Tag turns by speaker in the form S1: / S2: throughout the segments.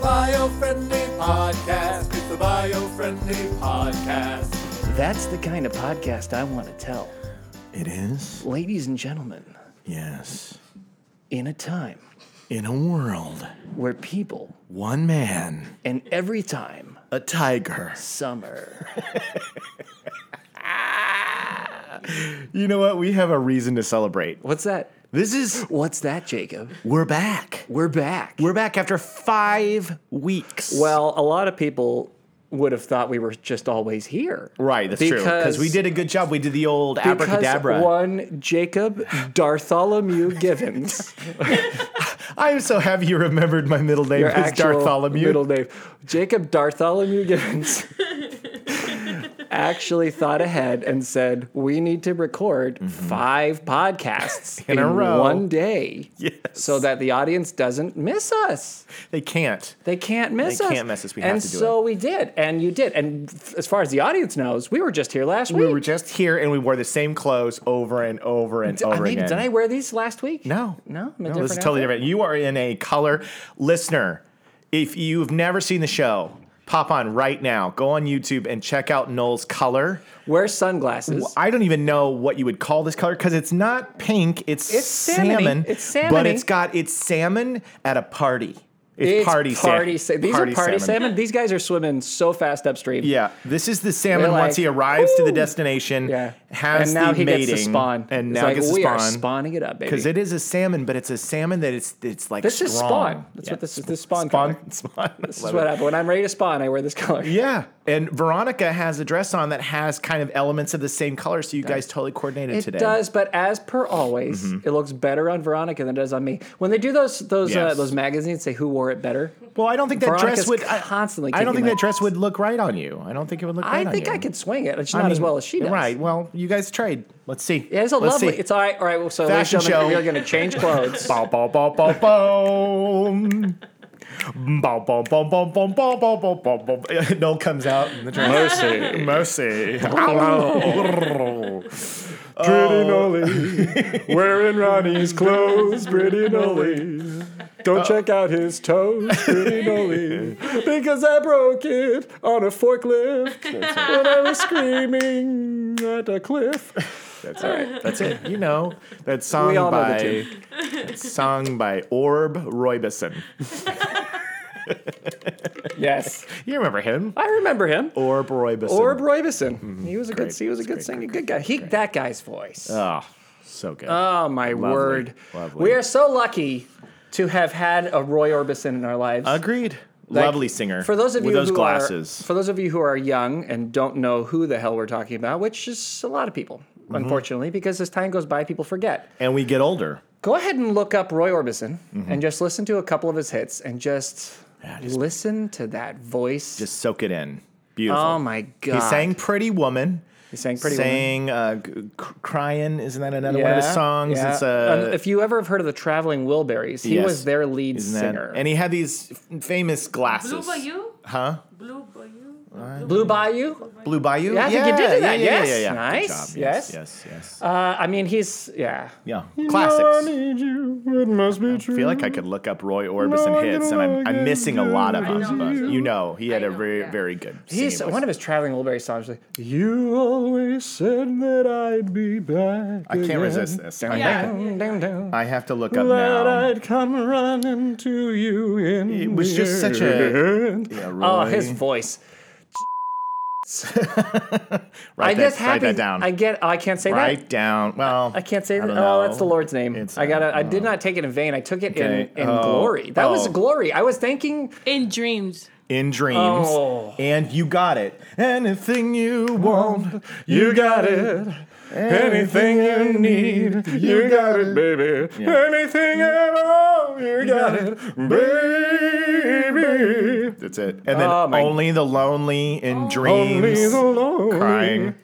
S1: bio-friendly podcast. It's the bio-friendly podcast.
S2: That's the kind of podcast I want to tell.
S1: It is?
S2: Ladies and gentlemen,
S1: Yes.
S2: in a time
S1: In a world,
S2: where people
S1: one man,
S2: and every time
S1: a tiger.
S2: summer.
S1: You know what? We have a reason to celebrate.
S2: What's that?
S1: This is,
S2: What's that, Jacob?
S1: we're back.
S2: We're back.
S1: We're back after five weeks.
S2: well, a lot of people would have thought we were just always here.
S1: right, that's true. Because we did a good job. We did the old abracadabra.
S2: Because one Jacob Dartholomew Givens,
S1: I am so happy you remembered my middle name
S2: your
S1: is
S2: actual
S1: Bartholomew.
S2: middle name, Jacob Dartholomew Givens, actually thought ahead and said, "We need to record five podcasts
S1: Mm-hmm. In a row.
S2: one day,
S1: Yes.
S2: so that the audience doesn't miss us.
S1: They can't.
S2: They can't miss
S1: They
S2: us.
S1: can't miss us. We have
S2: and
S1: to do
S2: so we did, and you did. And f- as far as the audience knows, we were just here last
S1: We
S2: week.
S1: were just here and we wore the same clothes over and over and
S2: I
S1: over
S2: made-
S1: again.
S2: did I wear these last week?
S1: No.
S2: No, I'm a
S1: No, this is
S2: different
S1: totally
S2: outfit.
S1: different. You are in a color listener. If you've never seen the show, pop on right now. Go on YouTube and check out Noel's color.
S2: Wear sunglasses.
S1: I don't even know what you would call this color because it's not pink. It's,
S2: It's salmon-y.
S1: salmon.
S2: It's
S1: But
S2: salmon-y.
S1: it's got it's salmon at a party. It's,
S2: It's
S1: party, sa-
S2: party sa- These are party salmon. These guys are swimming so fast upstream.
S1: Yeah, this is the salmon
S2: They're
S1: once
S2: like,
S1: he arrives to the
S2: "Ooh."
S1: destination.
S2: Yeah.
S1: Has
S2: and now
S1: the
S2: he
S1: mating,
S2: gets to spawn.
S1: And
S2: It's
S1: now
S2: like,
S1: gets to
S2: we
S1: spawn.
S2: are spawning it up, baby.
S1: Because it is a salmon, but it's a salmon that it's it's like
S2: this is
S1: strong.
S2: spawn. That's
S1: Yeah.
S2: what this is. This is spawn. color.
S1: Spawn, spawn.
S2: This is what happened. When I'm ready to spawn, I wear this color.
S1: Yeah, and Veronica has a dress on that has kind of elements of the same color, so you guys totally coordinated
S2: It
S1: today. Mm-hmm.
S2: does, but as per always, it looks better on Veronica than it does on me. When they do those those uh,
S1: Yes.
S2: those magazines, say who wore it better.
S1: Well, I don't think that
S2: Veronica's
S1: dress would I-
S2: constantly.
S1: I don't
S2: kicking
S1: think
S2: my
S1: that dress would look right on you. I don't think it would look right
S2: I
S1: on
S2: think
S1: you.
S2: I could swing it. It's
S1: I
S2: not as
S1: mean,
S2: well as she does.
S1: Right. Well, you guys trade. Let's see.
S2: Yeah, it's a
S1: Let's
S2: lovely.
S1: See.
S2: It's all right. All right. Well, so
S1: Fashion
S2: ladies and gentlemen,
S1: show.
S2: we are going to change clothes.
S1: Bow, bow, bow, bow, bow. Bow, bow, bow, bow, bow, bow, bow, bow, bow, bow. Noel comes out in the dress. Mercy. Mercy. Hello.
S2: Pretty Nolly, wearing Ronnie's clothes. Pretty Nolly, don't check out his toes. Pretty Nolly, because I broke it on a forklift when I was screaming at a cliff.
S1: That's all right. That's it. You know that song
S2: We all know the
S1: by that song by Orb Roybison.
S2: Yes,
S1: You remember him?
S2: I remember him.
S1: Orb Roybison.
S2: Orb Roybison. he was a good. He was a good
S1: great,
S2: singer. good guy. He that guy's voice.
S1: Oh, so good.
S2: Oh my word!
S1: lovely.
S2: We are so lucky to have had a Roy Orbison in our lives.
S1: Agreed.
S2: Like,
S1: Lovely singer.
S2: For those of
S1: with
S2: you
S1: those
S2: who
S1: glasses.
S2: are for those of you who are young and don't know who the hell we're talking about, which is a lot of people,
S1: Mm-hmm.
S2: unfortunately, because as time goes by, people forget.
S1: and we get older.
S2: Go ahead and look up Roy Orbison and just listen to a couple of his hits and just,
S1: Mm-hmm. Yeah, just-
S2: listen to that voice.
S1: Just soak it in. Beautiful.
S2: oh my god!
S1: He sang Pretty Woman.
S2: He sang pretty. Woman.
S1: sang uh, g- cr- Crying. Isn't that another one of his
S2: Yeah,
S1: songs?
S2: yeah.
S1: It's uh,
S2: And if you ever have heard of the Traveling Wilburys, he
S1: yes.
S2: was their lead
S1: isn't that-
S2: singer.
S1: And he had these f- famous glasses.
S3: Blue Bayou?
S1: Huh?
S3: Blue Bayou?
S2: Blue Bayou.
S1: Blue Bayou?
S2: Yeah, I think you did do that.
S1: Yeah, yeah,
S2: Yes.
S1: yeah, yeah.
S2: Nice.
S1: Good job. Yes.
S2: Yes.
S1: Yes. yes.
S2: Uh, I mean, he's yeah.
S1: Yeah, classics. I
S2: need you. It must be true.
S1: feel like I could look up Roy Orbison hits, and I'm, I'm missing a lot of them. But you know, he had a
S3: know,
S1: very,
S3: yeah.
S1: very good. singing
S2: He's
S1: voice.
S2: one of his traveling Wilbury songs. Like, you always said that I'd be back.
S1: I can't resist this. I,
S3: Yeah.
S1: have
S2: Down,
S1: to,
S2: down, down.
S1: I have to look up
S2: That
S1: now.
S2: I'd come running to you in
S1: It was just such a- Yeah, Roy.
S2: oh, his voice.
S1: Write
S2: I
S1: that,
S2: guess happy.
S1: Write that down.
S2: I get. oh, I can't say
S1: write
S2: that.
S1: down. Well,
S2: I can't say
S1: I
S2: that.
S1: don't
S2: Oh,
S1: know.
S2: that's the Lord's name.
S1: It's
S2: I gotta.
S1: not-
S2: I did not take it in vain. I took it
S1: Okay.
S2: in in
S1: Oh.
S2: glory. That was
S1: Oh.
S2: glory. I was thanking.
S3: In dreams.
S1: in dreams,
S2: Oh.
S1: and you got it. Anything you want, you got it. Anything you need, you got it, baby. Anything at all, you got it, baby. Ah, Oh. That's it. And then
S2: Oh, my-
S1: only the lonely in dreams, crying.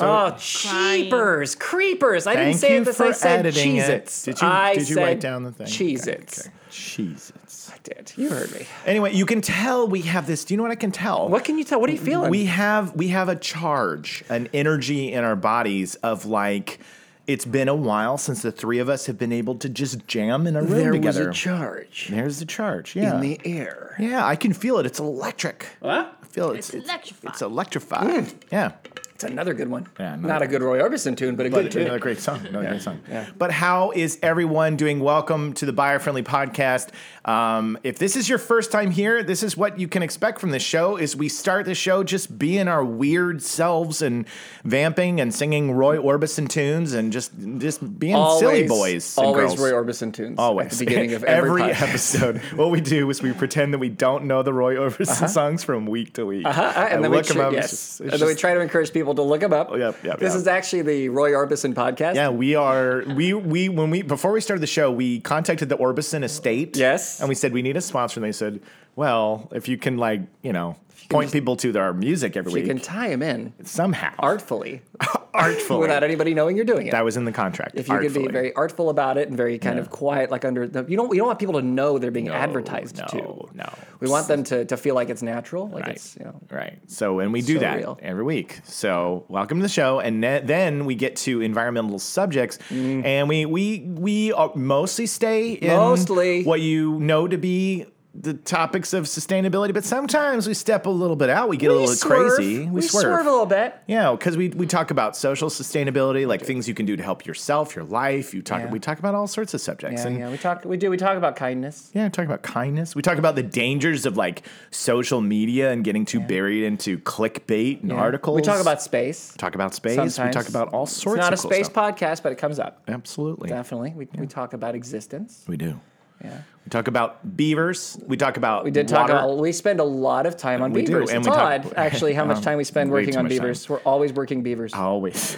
S2: Oh, cheapers, creepers! I
S1: Thank
S2: didn't say
S1: you
S2: it this.
S1: for
S2: I said
S1: editing
S2: cheese
S1: it.
S2: it.
S1: Did you-
S2: I
S1: did you
S2: said
S1: write down the thing?
S2: Cheese
S1: Okay,
S2: it.
S1: okay. Jesus.
S2: I did. You heard me.
S1: Anyway, you can tell we have this. Do you know what I can tell?
S2: What can you tell? What are you feeling?
S1: We have we have a charge, an energy in our bodies of like It's been a while since the three of us have been able to just jam in a room
S2: There was
S1: together.
S2: a charge
S1: There's the charge. Yeah.
S2: in the air.
S1: yeah, I can feel it. It's electric.
S2: Huh?
S1: I feel it's,
S3: It's electrified.
S1: It's electrified. Yeah.
S2: It's another good one.
S1: Yeah, another-
S2: Not a good Roy Orbison tune, but a good
S1: But
S2: tune.
S1: another great song. Another great song. But how is everyone doing? Welcome to the Buyer Friendly Podcast. Um, if this is your first time here, this is what you can expect from this show: is we start the show just being our weird selves and vamping and singing Roy Orbison tunes and just just being silly boys. and
S2: always
S1: girls.
S2: Roy Orbison tunes.
S1: Always.
S2: At the beginning of every, podcast.
S1: episode, what we do is we pretend that we don't know the Roy Orbison songs from week to week.
S2: Uh-huh. Uh, and then we,
S1: look 'em
S2: tr-
S1: up, it's
S2: yes.
S1: just-
S2: and
S1: it's
S2: then we
S1: just- Oh,
S2: try to encourage people to look them up.
S1: yep, yep,
S2: this
S1: yep.
S2: is actually the Roy Orbison podcast.
S1: Yeah, we are. We we when we before we started the show, we contacted the Orbison Estate.
S2: Yes.
S1: and we said we need a sponsor, and they said, "Well, if you can like you know point people to their music every
S2: You
S1: week
S2: can tie them in
S1: somehow,
S2: artfully
S1: Oh, artfully."
S2: without anybody knowing you're doing it.
S1: that was in the contract.
S2: if you
S1: artfully.
S2: could be very artful about it and very kind of quiet, like under the, you don't you don't want people to know they're being advertised
S1: no,
S2: to.
S1: no.
S2: We want them to, to feel like it's natural, like
S1: Right.
S2: it's you know.
S1: Right. So, and we do
S2: So
S1: that
S2: real.
S1: every week. So, welcome to the show, and ne- then we get to environmental subjects,
S2: Mm.
S1: and we we we uh, mostly stay in
S2: Mostly.
S1: what you know to be the topics of sustainability, but sometimes we step a little bit out. We get a little crazy.
S2: We, swerve. a little bit.
S1: Yeah, because we, we talk about social sustainability, like things you can do to help yourself, your life. You talk
S2: Yeah.
S1: we talk about all sorts of subjects.
S2: Yeah,
S1: and
S2: yeah, we talk we do we talk about kindness.
S1: yeah, talk about kindness. We talk about the dangers of like social media and getting too buried into clickbait and articles.
S2: We talk about space.
S1: talk about space. We
S2: Sometimes.
S1: talk about all
S2: It's
S1: sorts.
S2: not a
S1: of cool
S2: space
S1: stuff.
S2: podcast, but it comes up.
S1: Absolutely,
S2: Definitely. We, we talk about existence.
S1: we do.
S2: Yeah.
S1: We talk about beavers. We talk about
S2: We did talk
S1: water.
S2: about we spend a lot of time on
S1: We do,
S2: beavers.
S1: and
S2: it's
S1: we talk-
S2: odd, actually, how much
S1: Um,
S2: time we spend
S1: way
S2: working
S1: too
S2: on
S1: much time. Oh.
S2: beavers. We're always working beavers.
S1: always.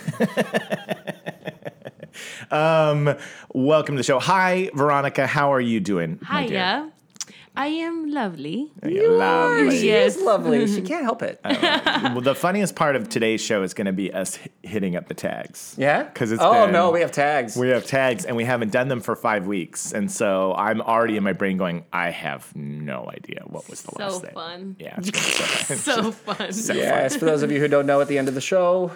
S1: um, welcome to the show. Hi, Veronica. How are you doing? my dear?
S3: Hiya. I am lovely.
S1: You're lovely.
S2: She
S3: Yes.
S2: is lovely. She can't help it.
S1: Uh, well, the funniest part of today's show is going to be us h- hitting up the tags.
S2: yeah?
S1: because it's
S2: Oh
S1: been-
S2: no, we have tags.
S1: We have tags and we haven't done them for five weeks. And so I'm already in my brain going, I have no idea what was the
S3: So
S1: last thing.
S3: fun.
S1: Yeah. So-
S3: So fun.
S2: Yes, for those of you who don't know, at the end of the show,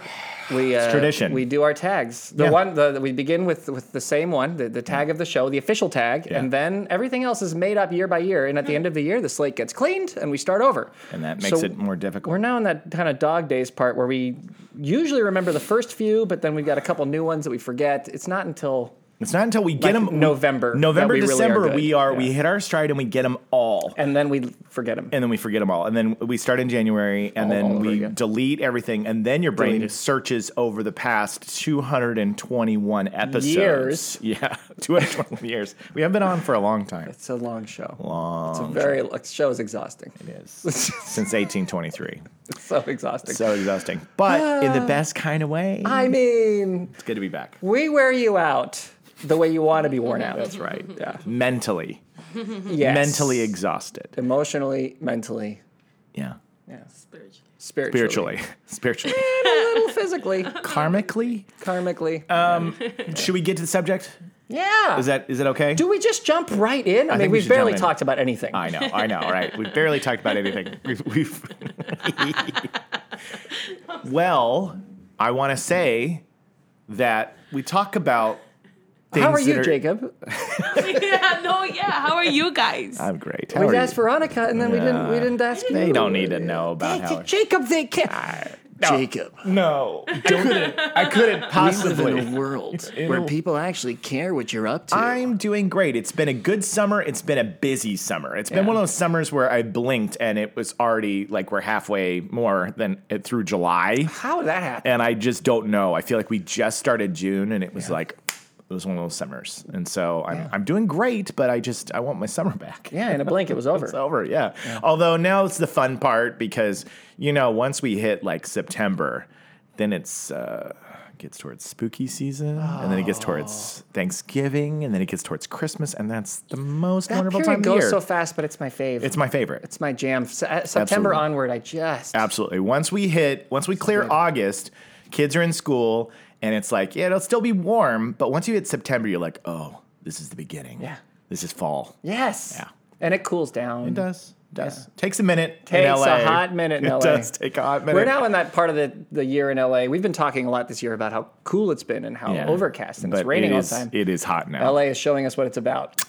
S2: we uh,
S1: tradition.
S2: We do our tags. The
S1: Yeah.
S2: one the, we begin with with the same one, the, the tag of the show, the official tag,
S1: Yeah.
S2: and then everything else is made up year by year. And at the end of the year, the slate gets cleaned and we start over.
S1: and that makes
S2: So
S1: it more
S2: We're
S1: difficult.
S2: now in that kind of dog days part where we usually remember the first few, but then we've got a couple new ones that we forget. It's not until
S1: It's not until we
S2: Like
S1: get them
S2: November that
S1: November,
S2: we really are
S1: December,
S2: good.
S1: we are, we
S2: Yeah.
S1: hit our stride and we get them all.
S2: and then we forget them.
S1: And then we forget them all. And then we start in January and
S2: All- all
S1: then
S2: over
S1: we
S2: again.
S1: delete everything. And then your brain
S2: Deleted.
S1: searches over the past 221 episodes.
S2: Years.
S1: Yeah. 221 years. We have been on for a long time.
S2: It's a long show.
S1: Long.
S2: It's a very the show is exhausting.
S1: It is. Since 1823.
S2: It's so exhausting.
S1: So exhausting. But in the best kind of way.
S2: I mean,
S1: it's good to be back.
S2: we wear you out the way you want to be worn out.
S1: That's right.
S2: Yeah.
S1: Mentally.
S2: Yes.
S1: Mentally exhausted.
S2: emotionally, mentally,
S1: Yeah.
S3: Spiritually.
S2: spiritually,
S1: Spiritually. Spiritually.
S2: and a little physically,
S1: Karmically?
S2: karmically.
S1: Should we get to the subject?
S2: yeah.
S1: Uh, Is that is that okay?
S2: Do we just jump right in? I,
S1: think
S2: mean,
S1: we
S2: we've
S1: should jump
S2: barely
S1: in.
S2: talked about anything.
S1: I know, I know, right? We've barely talked about anything. We've, we've Well, I want to say that we talk about things
S2: How are
S1: that
S2: you, Jacob?
S3: yeah, no, yeah. How are you guys?
S1: I'm great. How
S2: We
S1: are you?
S2: asked Veronica, and then we didn't. We
S1: Yeah.
S2: didn't ask you.
S1: They don't need to know about
S2: That's
S1: how Ah,
S2: it, Jacob, they can't. Jacob,
S1: No, I couldn't. I couldn't possibly.
S2: a world
S1: where a-
S2: people actually care what you're up to.
S1: I'm doing great. It's been a good summer. It's been a busy summer. It's been
S2: Yeah.
S1: one of those summers where I blinked and it was already like we're halfway more than it through July,
S2: How did that happen?
S1: and I just don't know. I feel like we just started June, and it was like it was one of those summers. And so I'm I'm doing great, but I just I want my summer back.
S2: Yeah, in a blink, it was
S1: It's
S2: over.
S1: over, yeah. Although now it's the fun part because you know once we hit like September, then it's uh, gets towards spooky season, and then it gets towards Thanksgiving, and then it gets towards Christmas, and that's the most
S2: Oh. That
S1: wonderful
S2: period
S1: time of
S2: goes
S1: year.
S2: so fast, but it's my fave.
S1: it's my favorite.
S2: It's my jam. Se- uh, September
S1: Absolutely.
S2: onward, I just
S1: Absolutely. Once we hit, once we clear August, kids are in school, and it's like yeah, it'll still be warm, but once you hit September, you're like, oh, this is the beginning.
S2: Yeah.
S1: this is fall.
S2: yes,
S1: Yeah.
S2: and it cools down.
S1: It does. It does. Takes a minute.
S2: Takes
S1: in
S2: a
S1: LA.
S2: hot minute in
S1: it
S2: LA.
S1: does take a hot minute.
S2: We're now in that part of the, the year in LA. We've been talking a lot this year about how cool it's been and how
S1: Yeah.
S2: overcast and
S1: But
S2: it's raining
S1: it
S2: all
S1: is-
S2: the time.
S1: It is hot now.
S2: LA is showing us what it's about.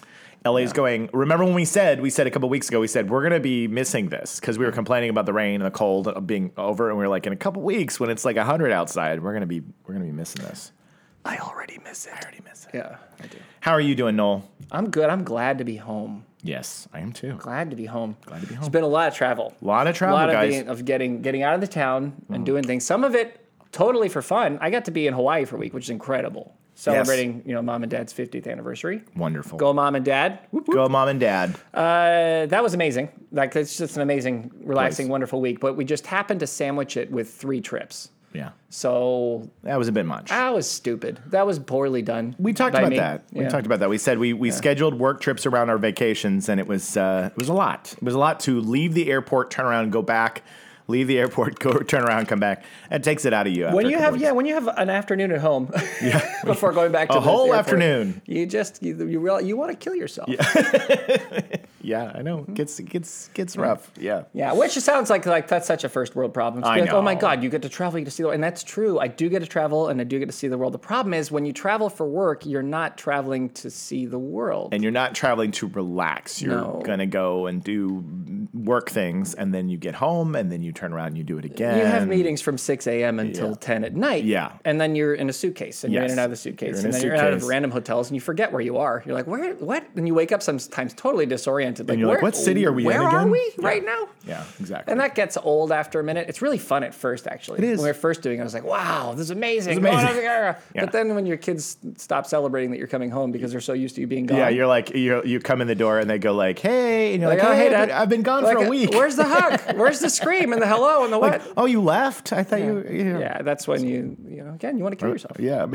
S1: LA's going. Remember when we said we said a couple weeks ago we said we're going to be missing this because we were complaining about the rain and the cold being over, and we were like, in a couple weeks when it's like hundred outside, we're going to be we're going to be missing this.
S2: I already miss it.
S1: I already miss it.
S2: Yeah, I do.
S1: How are you doing, Noel?
S2: I'm good. I'm glad to be home.
S1: Yes, I am too.
S2: Glad to be home. Glad
S1: to be
S2: It's
S1: home.
S2: been a lot of travel.
S1: A lot of travel,
S2: a lot
S1: guys. Mm-hmm.
S2: of, being, of getting getting out of the town and doing things. Some of it totally for fun. I got to be in Hawaii for a week, which is incredible. Celebrating, you know, mom and dad's 50th anniversary.
S1: Wonderful.
S2: Go, mom and dad. Whoop, whoop.
S1: Go, mom and dad.
S2: Uh, that was amazing. Like it's just an amazing, relaxing,
S1: Place.
S2: wonderful week. But we just happened to sandwich it with three trips.
S1: Yeah,
S2: So
S1: that was a bit much.
S2: that was stupid. That was poorly done.
S1: We talked
S2: by
S1: about
S2: me.
S1: that. We
S2: Yeah.
S1: talked about that. We said we, we scheduled work trips around our vacations, and it was uh, it was a lot. It was a lot to leave the airport, turn around, go back, leave the airport, go turn around, come back. It takes it out of you. After
S2: when
S1: a
S2: you
S1: couple
S2: have
S1: weeks.
S2: yeah, when you have an afternoon at home, before going back to
S1: A
S2: the
S1: whole
S2: airport,
S1: afternoon.
S2: you just you you, real, you want to kill yourself. Yeah.
S1: yeah, I
S2: Mm-hmm.
S1: know. Gets gets gets rough. Yeah,
S2: which sounds like like that's such a first world problem. It's
S1: I
S2: like, Oh my
S1: know.
S2: god, you get to travel, you get to see the world, and that's true. I do get to travel, and I do get to see the world. The problem is when you travel for work, you're not traveling to see the world.
S1: and you're not traveling to relax. You're
S2: No.
S1: gonna go and do work things, and then you get home, and then you turn around and you do it again.
S2: You have meetings from 6 a.m. until 10 at night.
S1: Yeah.
S2: And then you're in a suitcase and you're in
S1: Yes.
S2: and out of the suitcase.
S1: You're in
S2: and
S1: a
S2: then you're out of
S1: suitcase.
S2: random hotels and you forget where you are. You're like, where, what? And you wake up sometimes totally disoriented. Like,
S1: you're like,
S2: where-
S1: what city are we in
S2: Where are
S1: again?
S2: we right now?
S1: Yeah, exactly.
S2: And that gets old after a minute. It's really fun at first, actually. It
S1: is.
S2: When we were first doing it, I was like, wow, this is amazing.
S1: This
S2: Oh,
S1: is amazing.
S2: yeah.
S1: Yeah.
S2: But then when your kids stop celebrating that you're coming home because they're so used to you being gone.
S1: yeah, you're like you you come in the door and they go like, hey, and you're like,
S2: like, oh,
S1: hey,
S2: hey,
S1: I've
S2: Dad.
S1: been- I've been gone
S2: Like,
S1: for
S2: uh,
S1: a week.
S2: Where's the hug? Where's the scream and the hello and the what?
S1: like, oh, you left? I thought you. you
S2: yeah, that's when you, you know, again, you want to kill yourself.
S1: Yeah.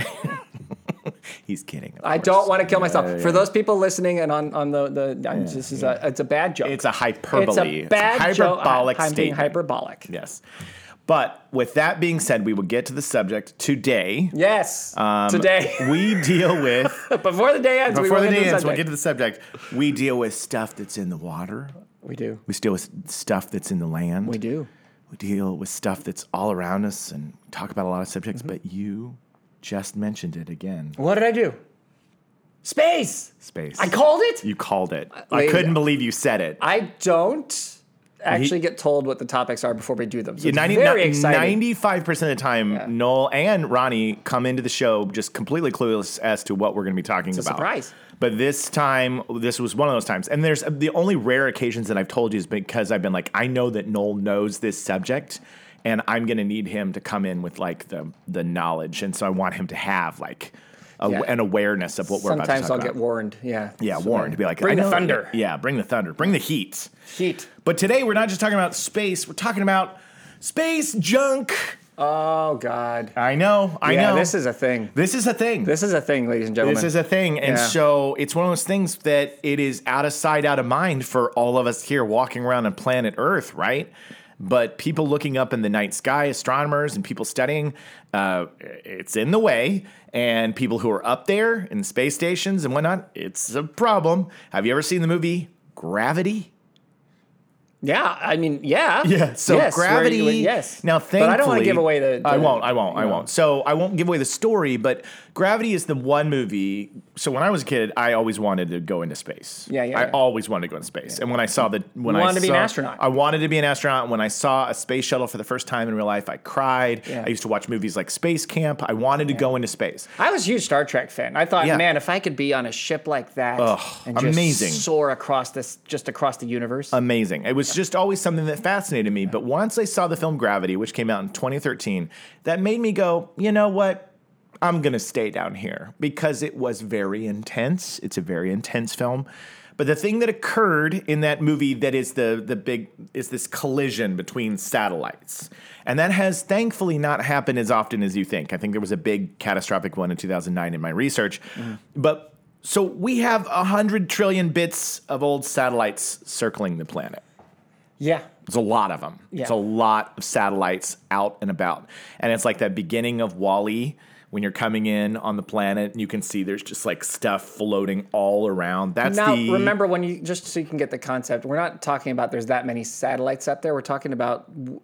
S1: He's kidding. of
S2: I
S1: course.
S2: don't want to kill myself.
S1: yeah,
S2: For
S1: yeah.
S2: those people listening and on on the the, I'm- this is a it's a bad joke.
S1: It's a hyperbole.
S2: It's a bad joke.
S1: hyperbolic
S2: I- I'm being
S1: statement.
S2: hyperbolic.
S1: yes. But with that being said, we will get to the subject today.
S2: Yes.
S1: Um,
S2: Today,
S1: we deal with
S2: before the day ends,
S1: before
S2: we
S1: the
S2: will
S1: day
S2: get
S1: ends.
S2: to
S1: We'll get to the subject. We deal with stuff that's in the water.
S2: we do.
S1: We deal with stuff that's in the land.
S2: We do.
S1: We deal with stuff that's all around us and talk about a lot of subjects. But you just mentioned it again.
S2: What did Mm-hmm. I do? Space.
S1: Space.
S2: I called it.
S1: You called it. I
S2: Uh, Wait.
S1: couldn't believe you said it.
S2: I don't actually get told what the topics are before we do them. So
S1: Yeah,
S2: it's
S1: 90,
S2: very exciting.
S1: 95% of the time, Noel and Ronnie come into the show just completely clueless as to what we're going to be talking
S2: a
S1: about.
S2: surprise.
S1: But this time, this was one of those times. And there's uh, the only rare occasions that I've told you is because I've been like, I know that Noel knows this subject. And I'm gonna need him to come in with like the the knowledge, and so I want him to have like a,
S2: Yeah.
S1: an awareness of what we're about to talk
S2: Sometimes I'll
S1: about.
S2: get warned. Yeah.
S1: yeah,
S2: So
S1: warned to be like,
S2: bring
S1: I
S2: the
S1: know-
S2: thunder.
S1: Yeah, bring the thunder, bring the heat.
S2: Heat.
S1: But today we're not just talking about space; we're talking about space junk.
S2: Oh God.
S1: I know. I
S2: yeah.
S1: know.
S2: This is a thing.
S1: this is a thing. This,
S2: This is a thing, ladies and gentlemen.
S1: is a thing, and
S2: Yeah.
S1: so it's one of those things that it is out of sight, out of mind for all of us here walking around on planet Earth, right? But people looking up in the night sky, astronomers and people studying, uh, it's in the way. And people who are up there in space stations and whatnot, it's a problem. Have you ever seen the movie Gravity?
S2: Yeah, I mean, yeah,
S1: Yeah. So
S2: Yes, where you-
S1: gravity.
S2: yes.
S1: Now,
S2: But
S1: thankfully,
S2: I don't want to give away the. the-
S1: I won't. I won't. I won't. So I won't give away the story. But gravity is the one movie. So when I was a kid, I always wanted to go into space.
S2: Yeah, yeah,
S1: I
S2: yeah.
S1: always wanted to go into space. And when I saw the when I
S2: wanted to be an
S1: saw-
S2: astronaut.
S1: I wanted to be an astronaut. When I saw a space shuttle for the first time in real life, I cried.
S2: Yeah.
S1: I used to watch movies like Space Camp. I wanted to go into space.
S2: I was a huge Star Trek fan. I thought,
S1: Yeah.
S2: man, if I could be on a ship like that and just
S1: amazing. Um,
S2: soar across this, just across the universe.
S1: amazing. It was just always something that fascinated me. But once I saw the film Gravity, which came out in 2013, that made me go, you know what? I'm going to stay down here because it was very intense. It's a very intense film. But the thing that occurred in that movie that is the the big is this collision between satellites. And that has thankfully not happened as often as you think. I think there was a big catastrophic one in 2009 in my research. But so we have 100 trillion bits of old satellites circling the planet.
S2: yeah,
S1: It's a lot of them. It's a
S2: Yeah.
S1: lot of satellites out and about. And it's like that beginning of Wally when you're coming in on the planet and you can see there's just like stuff floating all around. That's
S2: Now,
S1: the
S2: remember when you just so you can get the concept, we're not talking about there's that many satellites out there. We're talking about w-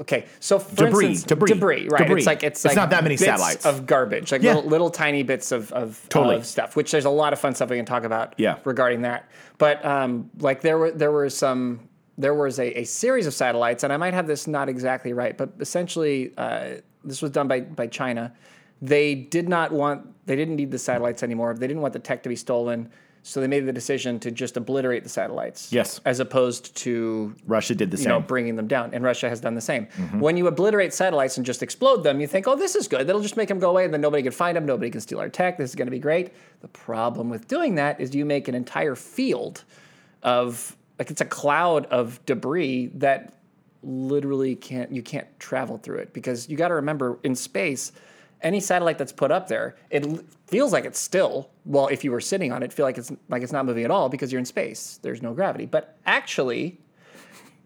S2: okay, so for
S1: Debris,
S2: instance,
S1: debris,
S2: right?
S1: debris.
S2: It's like it's,
S1: It's
S2: like
S1: not that many
S2: bits
S1: satellites.
S2: of garbage, like
S1: Yeah.
S2: little, little tiny bits of of,
S1: Totally.
S2: of stuff. Which there's a lot of fun stuff we can talk about
S1: Yeah.
S2: regarding that. But um, like there were there were some. There was a, a series of satellites, and I might have this not exactly right, but essentially, uh, this was done by, by China. They did not want, they didn't need the satellites anymore. They didn't want the tech to be stolen, so they made the decision to just obliterate the satellites.
S1: Yes.
S2: As opposed to
S1: Russia did the
S2: you
S1: same. Mm-hmm.
S2: know, bringing them down. And Russia has done the same. When you obliterate satellites and just explode them, you think, oh, this is good. That'll just make them go away, and then nobody can find them. Nobody can steal our tech. This is going to be great. The problem with doing that is you make an entire field of like it's a cloud of debris that literally can't you can't travel through it because you got to remember in space any satellite that's put up there it l- feels like it's still well if you were sitting on it feel like it's like it's not moving at all because you're in space there's no gravity but actually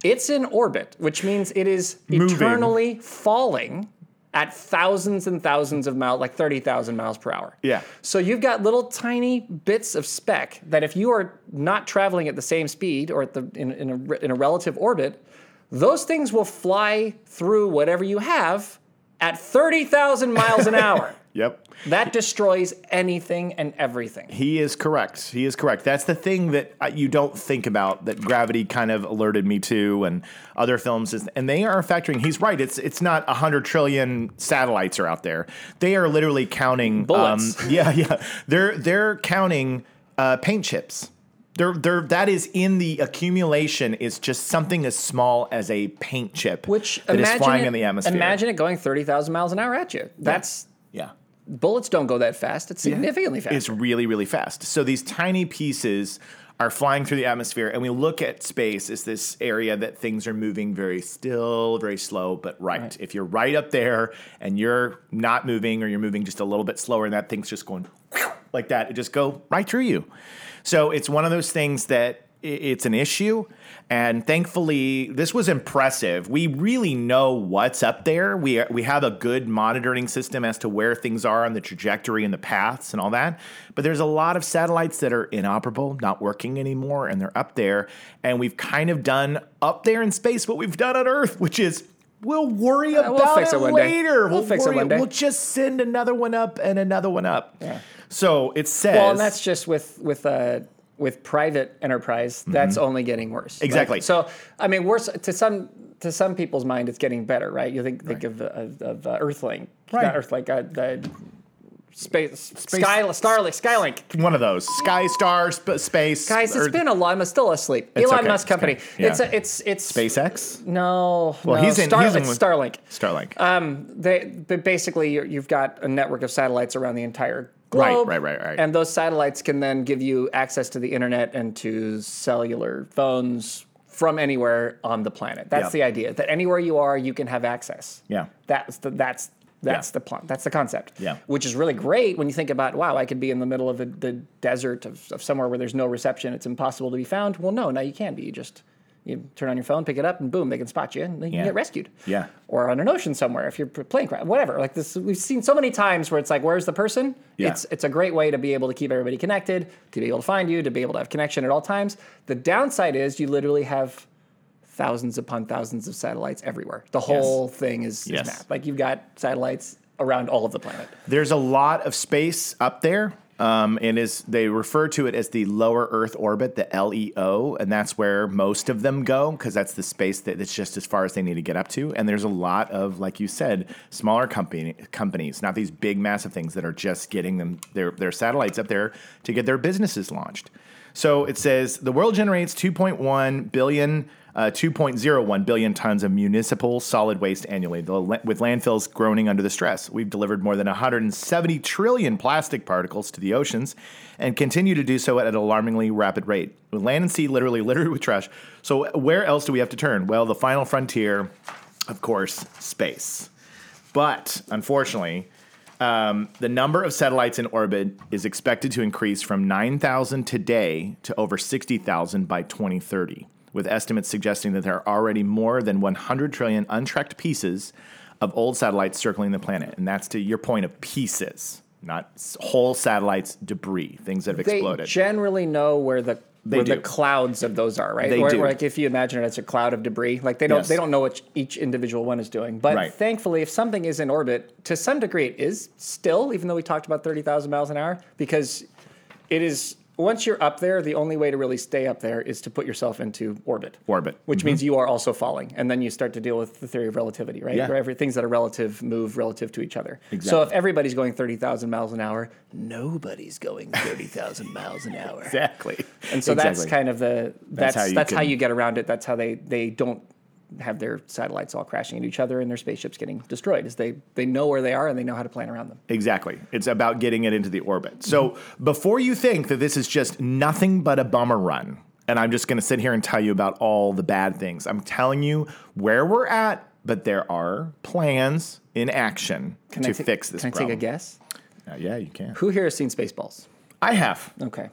S2: it's in orbit, which means it is
S1: Moving.
S2: eternally falling at thousands and thousands of miles, like 30,000 miles per hour.
S1: Yeah.
S2: So you've got little tiny bits of speck that if you are not traveling at the same speed or at the in, in, a, re- in a relative orbit, those things will fly through whatever you have at 30,000 miles an hour.
S1: Yep.
S2: That destroys anything and everything.
S1: He is correct. He is correct. That's the thing that uh, you don't think about that gravity kind of alerted me to and other films is, and they are factoring he's right. It's it's not 100 trillion satellites are out there. They are literally counting um,
S2: Bullets.
S1: yeah, yeah. They're they're counting uh, paint chips. They're, they're, that is in the accumulation is just something as small as a paint chip
S2: Which
S1: that is
S2: imagine
S1: flying
S2: it,
S1: in the atmosphere.
S2: Imagine it going 30,000 miles an hour at you. That's
S1: yeah.
S2: bullets don't go that fast. It's significantly fast.
S1: It's really, really fast. So these tiny pieces are flying through the atmosphere, and we look at space as this area that things are moving very still, very slow, but right. If you're right up there and you're not moving or you're moving just a little bit slower, and that thing's just going like that, it just go right through you. So it's one of those things that i- it's an issue and thankfully this was impressive we really know what's up there we we have a good monitoring system as to where things are on the trajectory and the paths and all that but there's a lot of satellites that are inoperable not working anymore and they're up there and we've kind of done up there in space what we've done on earth which is We'll worry about
S2: Uh, we'll fix it one day.
S1: later.
S2: We'll fix it
S1: worry-
S2: one day.
S1: We'll just send another one up and another one up. So it says
S2: well, and that's just with with uh, with private enterprise. That's only getting worse. Like,
S1: Mm-hmm. Exactly.
S2: so, I mean, worse to some to some people's mind, it's getting better, right? You think think of of, of uh, Earthlink,
S1: Right.
S2: Not Earthlink, uh, the space, Sky, Starlink, Skylink.
S1: one of those sky star sp- space
S2: Guys,
S1: or
S2: it's been a lot. I'm still asleep. Elon
S1: okay,
S2: Musk
S1: it's
S2: company.
S1: okay, yeah.
S2: It's a, it's it's
S1: SpaceX
S2: No,
S1: Well,
S2: no,
S1: he's in-
S2: Star-
S1: he's in
S2: it's
S1: with-
S2: Starlink.
S1: Starlink.
S2: Uh, they but basically you're, you've got a network of satellites around the entire
S1: Right,
S2: globe
S1: right, right, right.
S2: and those satellites can then give you access to the internet and to cellular phones from anywhere on the planet that's
S1: Yeah.
S2: the idea that anywhere you are you can have access
S1: Yeah.
S2: that's the that's that's the plan. That's the concept.
S1: Yeah.
S2: Which is really great when you think about, wow, I could be in the middle of the, the desert of, of somewhere where there's no reception. It's impossible to be found. Well, no, now you can be. You just you turn on your phone, pick it up, and boom, they can spot you, and then you
S1: Yeah.
S2: can get rescued
S1: Yeah.
S2: or on an ocean somewhere if you're p- plane crash, whatever. Like this, we've seen so many times where it's like, where's the person?
S1: Yeah.
S2: It's it's a great way to be able to keep everybody connected, to be able to find you, to be able to have connection at all times. The downside is you literally have thousands upon thousands of satellites everywhere. The whole thing is,
S1: Yes.
S2: is mapped. Like you've got satellites around all of the planet.
S1: There's a lot of space up there. Um, and is they refer to it as the lower Earth orbit, the LEO, and that's where most of them go because that's the space that it's just as far as they need to get up to. And there's a lot of, like you said, smaller company companies, not these big massive things that are just getting them their their satellites up there to get their businesses launched. So it says the world generates 2.1 billion, uh, 2.01 billion tons of municipal solid waste annually, the, la- with landfills groaning under the stress. We've delivered more than 170 trillion plastic particles to the oceans and continue to do so at an alarmingly rapid rate. With land and sea literally littered with trash. So where else do we have to turn? Well, the final frontier, of course, space. But unfortunately, um, the number of satellites in orbit is expected to increase from 9,000 today to over 60,000 by 2030, with estimates suggesting that there are already more than 100 trillion untracked pieces of old satellites circling the planet. And that's to your point of pieces, not s- whole satellites, debris, things that have
S2: They
S1: exploded.
S2: generally know where the where the
S1: do.
S2: clouds of those are, right?
S1: They
S2: or,
S1: do.
S2: or, like if you imagine it as a cloud of debris, like they don't
S1: Yes.
S2: they don't know what each individual one is doing. But
S1: Right.
S2: thankfully, if something is in orbit, to some degree, it is still, even though we talked about thirty thousand miles an hour, because it is once you're up there, the only way to really stay up there is to put yourself into orbit.
S1: Orbit.
S2: which means you are also falling, and then you start to deal with the theory of relativity, right?
S1: Yeah.
S2: Where every, things that are relative move relative to each other.
S1: Exactly.
S2: So if everybody's going thirty thousand miles an hour, nobody's going thirty thousand miles an hour.
S1: exactly.
S2: And so that's
S1: Exactly.
S2: kind of the
S1: That's
S2: that's that's,
S1: how you can-
S2: get around it. That's how they they don't have their satellites all crashing into each other and their spaceships getting destroyed. Is they they know where they are and they know how to plan around them.
S1: Exactly. It's about getting it into the orbit. So before you think that this is just nothing but a bummer run, and I'm just going to sit here and tell you about all the bad things, I'm telling you where we're at, but there are plans in action
S2: Can
S1: to
S2: I ta-
S1: fix this
S2: Can
S1: problem.
S2: I take a guess?
S1: Uh, yeah, you can.
S2: Who here has seen Spaceballs?
S1: I have.
S2: Okay.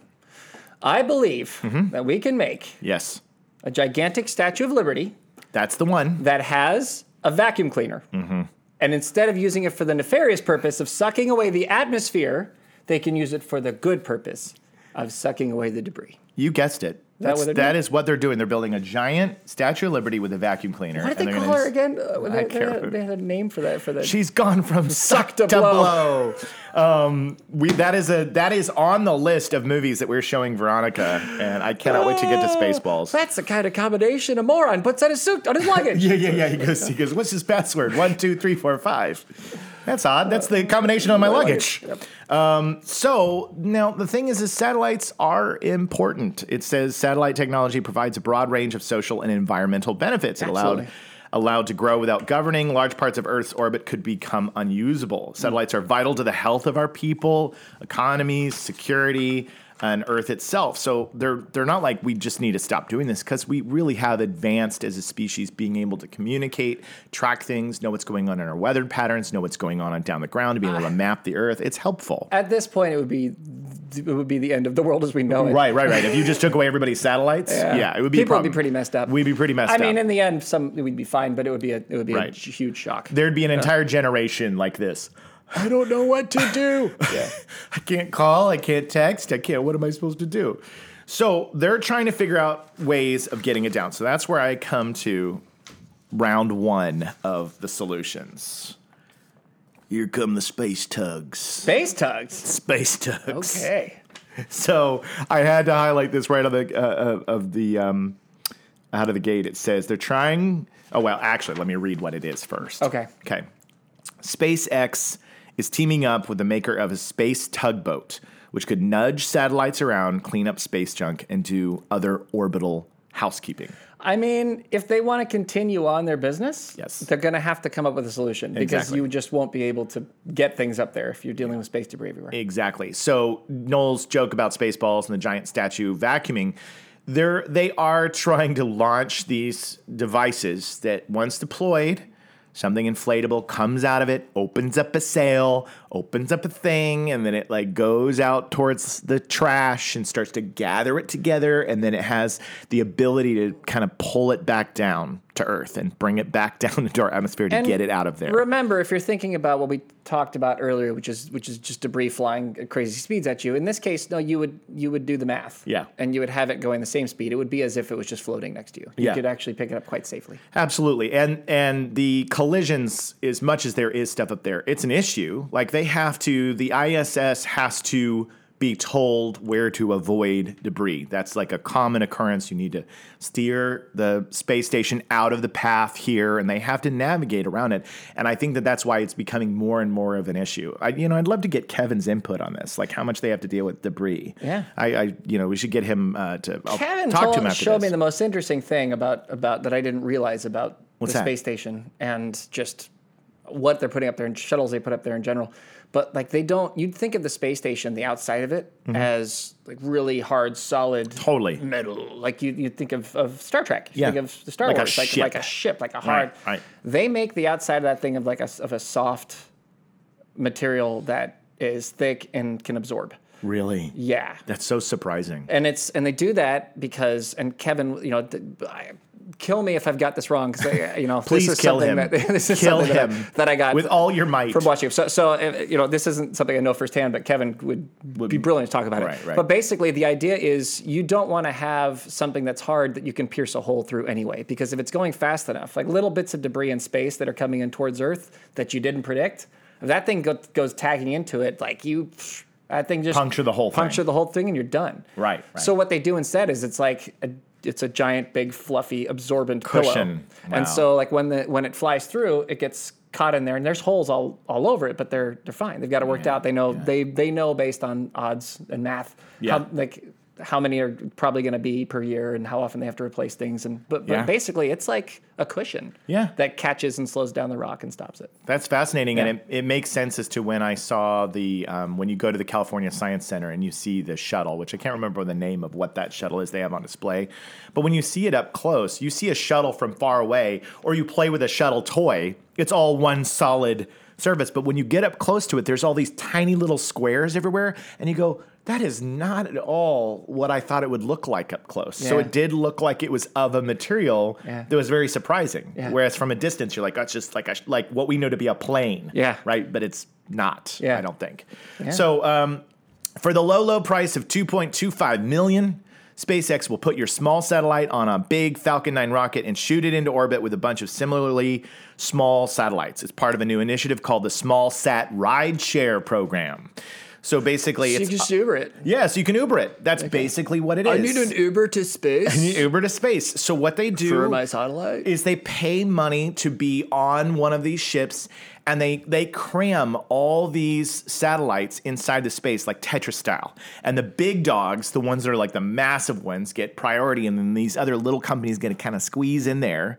S2: I believe
S1: Mm-hmm.
S2: that we can make
S1: Yes.
S2: a gigantic Statue of Liberty
S1: That's the one.
S2: that has a vacuum cleaner.
S1: Mm-hmm.
S2: And instead of using it for the nefarious purpose of sucking away the atmosphere, they can use it for the good purpose of sucking away the debris.
S1: You guessed it.
S2: that
S1: That's,
S2: what they're
S1: that
S2: doing?
S1: is what they're doing. They're building a giant Statue of Liberty with a vacuum cleaner.
S2: What
S1: and
S2: did they
S1: they're gonna
S2: call her
S1: just-
S2: again? Uh, they, they
S1: can't
S2: had, a- they had a name for that. For that.
S1: She's gone from suck to
S2: to
S1: blow. Um, we that is a that is on the list of movies that we're showing Veronica, and I cannot wait to get to Spaceballs.
S2: That's the kind of combination a moron puts on his suit on his luggage.
S1: Yeah, yeah, yeah. He goes, he goes. What's his password? One, two, three, four, five. That's odd. That's the combination on my luggage. Um, so now the thing is, is satellites are important. It says satellite technology provides a broad range of social and environmental benefits. It allowed
S2: Absolutely.
S1: allowed to grow without governing, large parts of Earth's orbit could become unusable. Satellites are vital to the health of our people, economies, security, and Earth itself. So they're they're not like we just need to stop doing this because we really have advanced as a species being able to communicate, track things, know what's going on in our weather patterns, know what's going on down the ground, to be able to map the Earth. It's helpful.
S2: At this point, it would be it would be the end of the world as we know it.
S1: Right, right, right. If you just took away everybody's satellites, yeah, it would be a
S2: people would be
S1: problem.
S2: pretty messed up.
S1: We'd be pretty messed
S2: I mean,
S1: up.
S2: in the end, some we'd be fine, but it would be a it would be
S1: Right.
S2: a huge shock.
S1: There'd be an entire generation like this. I don't know what to do.
S2: Yeah.
S1: I can't call. I can't text. I can't. What am I supposed to do? So they're trying to figure out ways of getting it down. So that's where I come to round one of the solutions. Here come the space tugs.
S2: Space tugs.
S1: Space tugs.
S2: Okay.
S1: So I had to highlight this right on the uh, of- of the um, out of the gate. It says they're trying. Oh well, actually, let me read what it is first.
S2: Okay.
S1: Okay. SpaceX is teaming up with the maker of a space tugboat, which could nudge satellites around, clean up space junk, and do other orbital housekeeping.
S2: I mean, if they want to continue on their business,
S1: Yes.
S2: they're going to have to come up with a solution because
S1: Exactly.
S2: you just won't be able to get things up there if you're dealing with space debris everywhere.
S1: Exactly. So Noel's joke about Spaceballs and the giant statue vacuuming, they're they are trying to launch these devices that once deployed, something inflatable comes out of it, opens up a sail, opens up a thing, and then it like goes out towards the trash and starts to gather it together, and then it has the ability to kind of pull it back down to Earth and bring it back down into our atmosphere to
S2: And
S1: get it out of there.
S2: Remember, if you're thinking about what we talked about earlier, which is which is just debris flying at crazy speeds at you. In this case, no, you would you would do the math.
S1: Yeah.
S2: And you would have it going the same speed. It would be as if it was just floating next to you. You
S1: Yeah.
S2: could actually pick it up quite safely.
S1: Absolutely. And and the collisions, as much as there is stuff up there, it's an issue. Like they have to the ISS has to be told where to avoid debris. That's like a common occurrence. You need to steer the space station out of the path here and they have to navigate around it. And I think that that's why it's becoming more and more of an issue. I you know, I'd love to get Kevin's input on this, like how much they have to deal with debris.
S2: Yeah.
S1: I, I you know, we should get him uh, to I'll
S2: Kevin
S1: talk
S2: told,
S1: to him after
S2: showed
S1: this.
S2: me the most interesting thing about about that I didn't realize about
S1: What's
S2: the
S1: that?
S2: space station and just what they're putting up there and shuttles they put up there in general. But like they don't, you'd think of the space station, the outside of it, as like really hard, solid,
S1: Mm-hmm. Totally.
S2: metal. Like you, you think of, of Star Trek, you
S1: Yeah.
S2: think of the Star
S1: Like a
S2: Wars, like
S1: ship.
S2: like a ship, like a hard.
S1: Right, right.
S2: They make the outside of that thing of like a, s- of a soft material that is thick and can absorb.
S1: really?
S2: Yeah,
S1: That's so surprising.
S2: and it's and they do that because and Kevin, you know, th- I- kill me if I've got this wrong because you know
S1: Please
S2: this is
S1: kill
S2: something That,
S1: him.
S2: this is
S1: kill
S2: something that I-
S1: him
S2: that I, got
S1: with all your might.
S2: from watching. So, so uh, you know, this isn't something I know firsthand, but Kevin would, be brilliant to talk about
S1: Right,
S2: it.
S1: right.
S2: But basically, the idea is you don't want to have something that's hard that you can pierce a hole through anyway, because if it's going fast enough, like little bits of debris in space that are coming in towards Earth that you didn't predict, if that thing go, goes tagging into it, like you. That thing just
S1: Puncture the whole thing.
S2: puncture the whole thing and you're done.
S1: Right, right.
S2: So what they do instead is it's like a, it's a giant, big, fluffy, absorbent
S1: Cushion.
S2: Pillow. And
S1: Wow.
S2: so like when the when it flies through, it gets caught in there, and there's holes all all over it, but they're they're fine. They've got it worked out. They know they they know based on odds and math.
S1: Yeah.
S2: How, like how many are probably going to be per year and how often they have to replace things and but, but
S1: Yeah.
S2: basically it's like a cushion
S1: Yeah.
S2: that catches and slows down the rock and stops it
S1: That's fascinating,
S2: Yeah.
S1: and it, it makes sense as to when I saw the um, when you go to the California Science Center and you see the shuttle, which I can't remember the name of what that shuttle is they have on display, but when you see it up close, you see a shuttle from far away, or you play with a shuttle toy. It's all one solid surface, but when you get up close to it, there's all these tiny little squares everywhere, and you go. That is not at all what I thought it would look like up close. So
S2: Yeah.
S1: it did look like it was of a material
S2: Yeah.
S1: that was very surprising.
S2: Yeah.
S1: Whereas from a distance, you're like, that's just like a, like what we know to be a plane.
S2: Yeah.
S1: Right. But it's not.
S2: Yeah.
S1: I don't think. So um, for the low, low price of 2.25 million, SpaceX will put your small satellite on a big Falcon 9 rocket and shoot it into orbit with a bunch of similarly small satellites. It's part of a new initiative called the Small Sat Rideshare Program. So basically,
S2: you
S1: it's
S2: just uber it
S1: yeah. So you can Uber it. That's basically what it is.
S2: uber to space
S1: Uber to space. So what they do
S2: satellite
S1: is they pay money to be on one of these ships and they they cram all these satellites inside the space like Tetris style. And the big dogs, the ones that are like the massive ones, get priority, and then these other little companies get to kind of squeeze in there.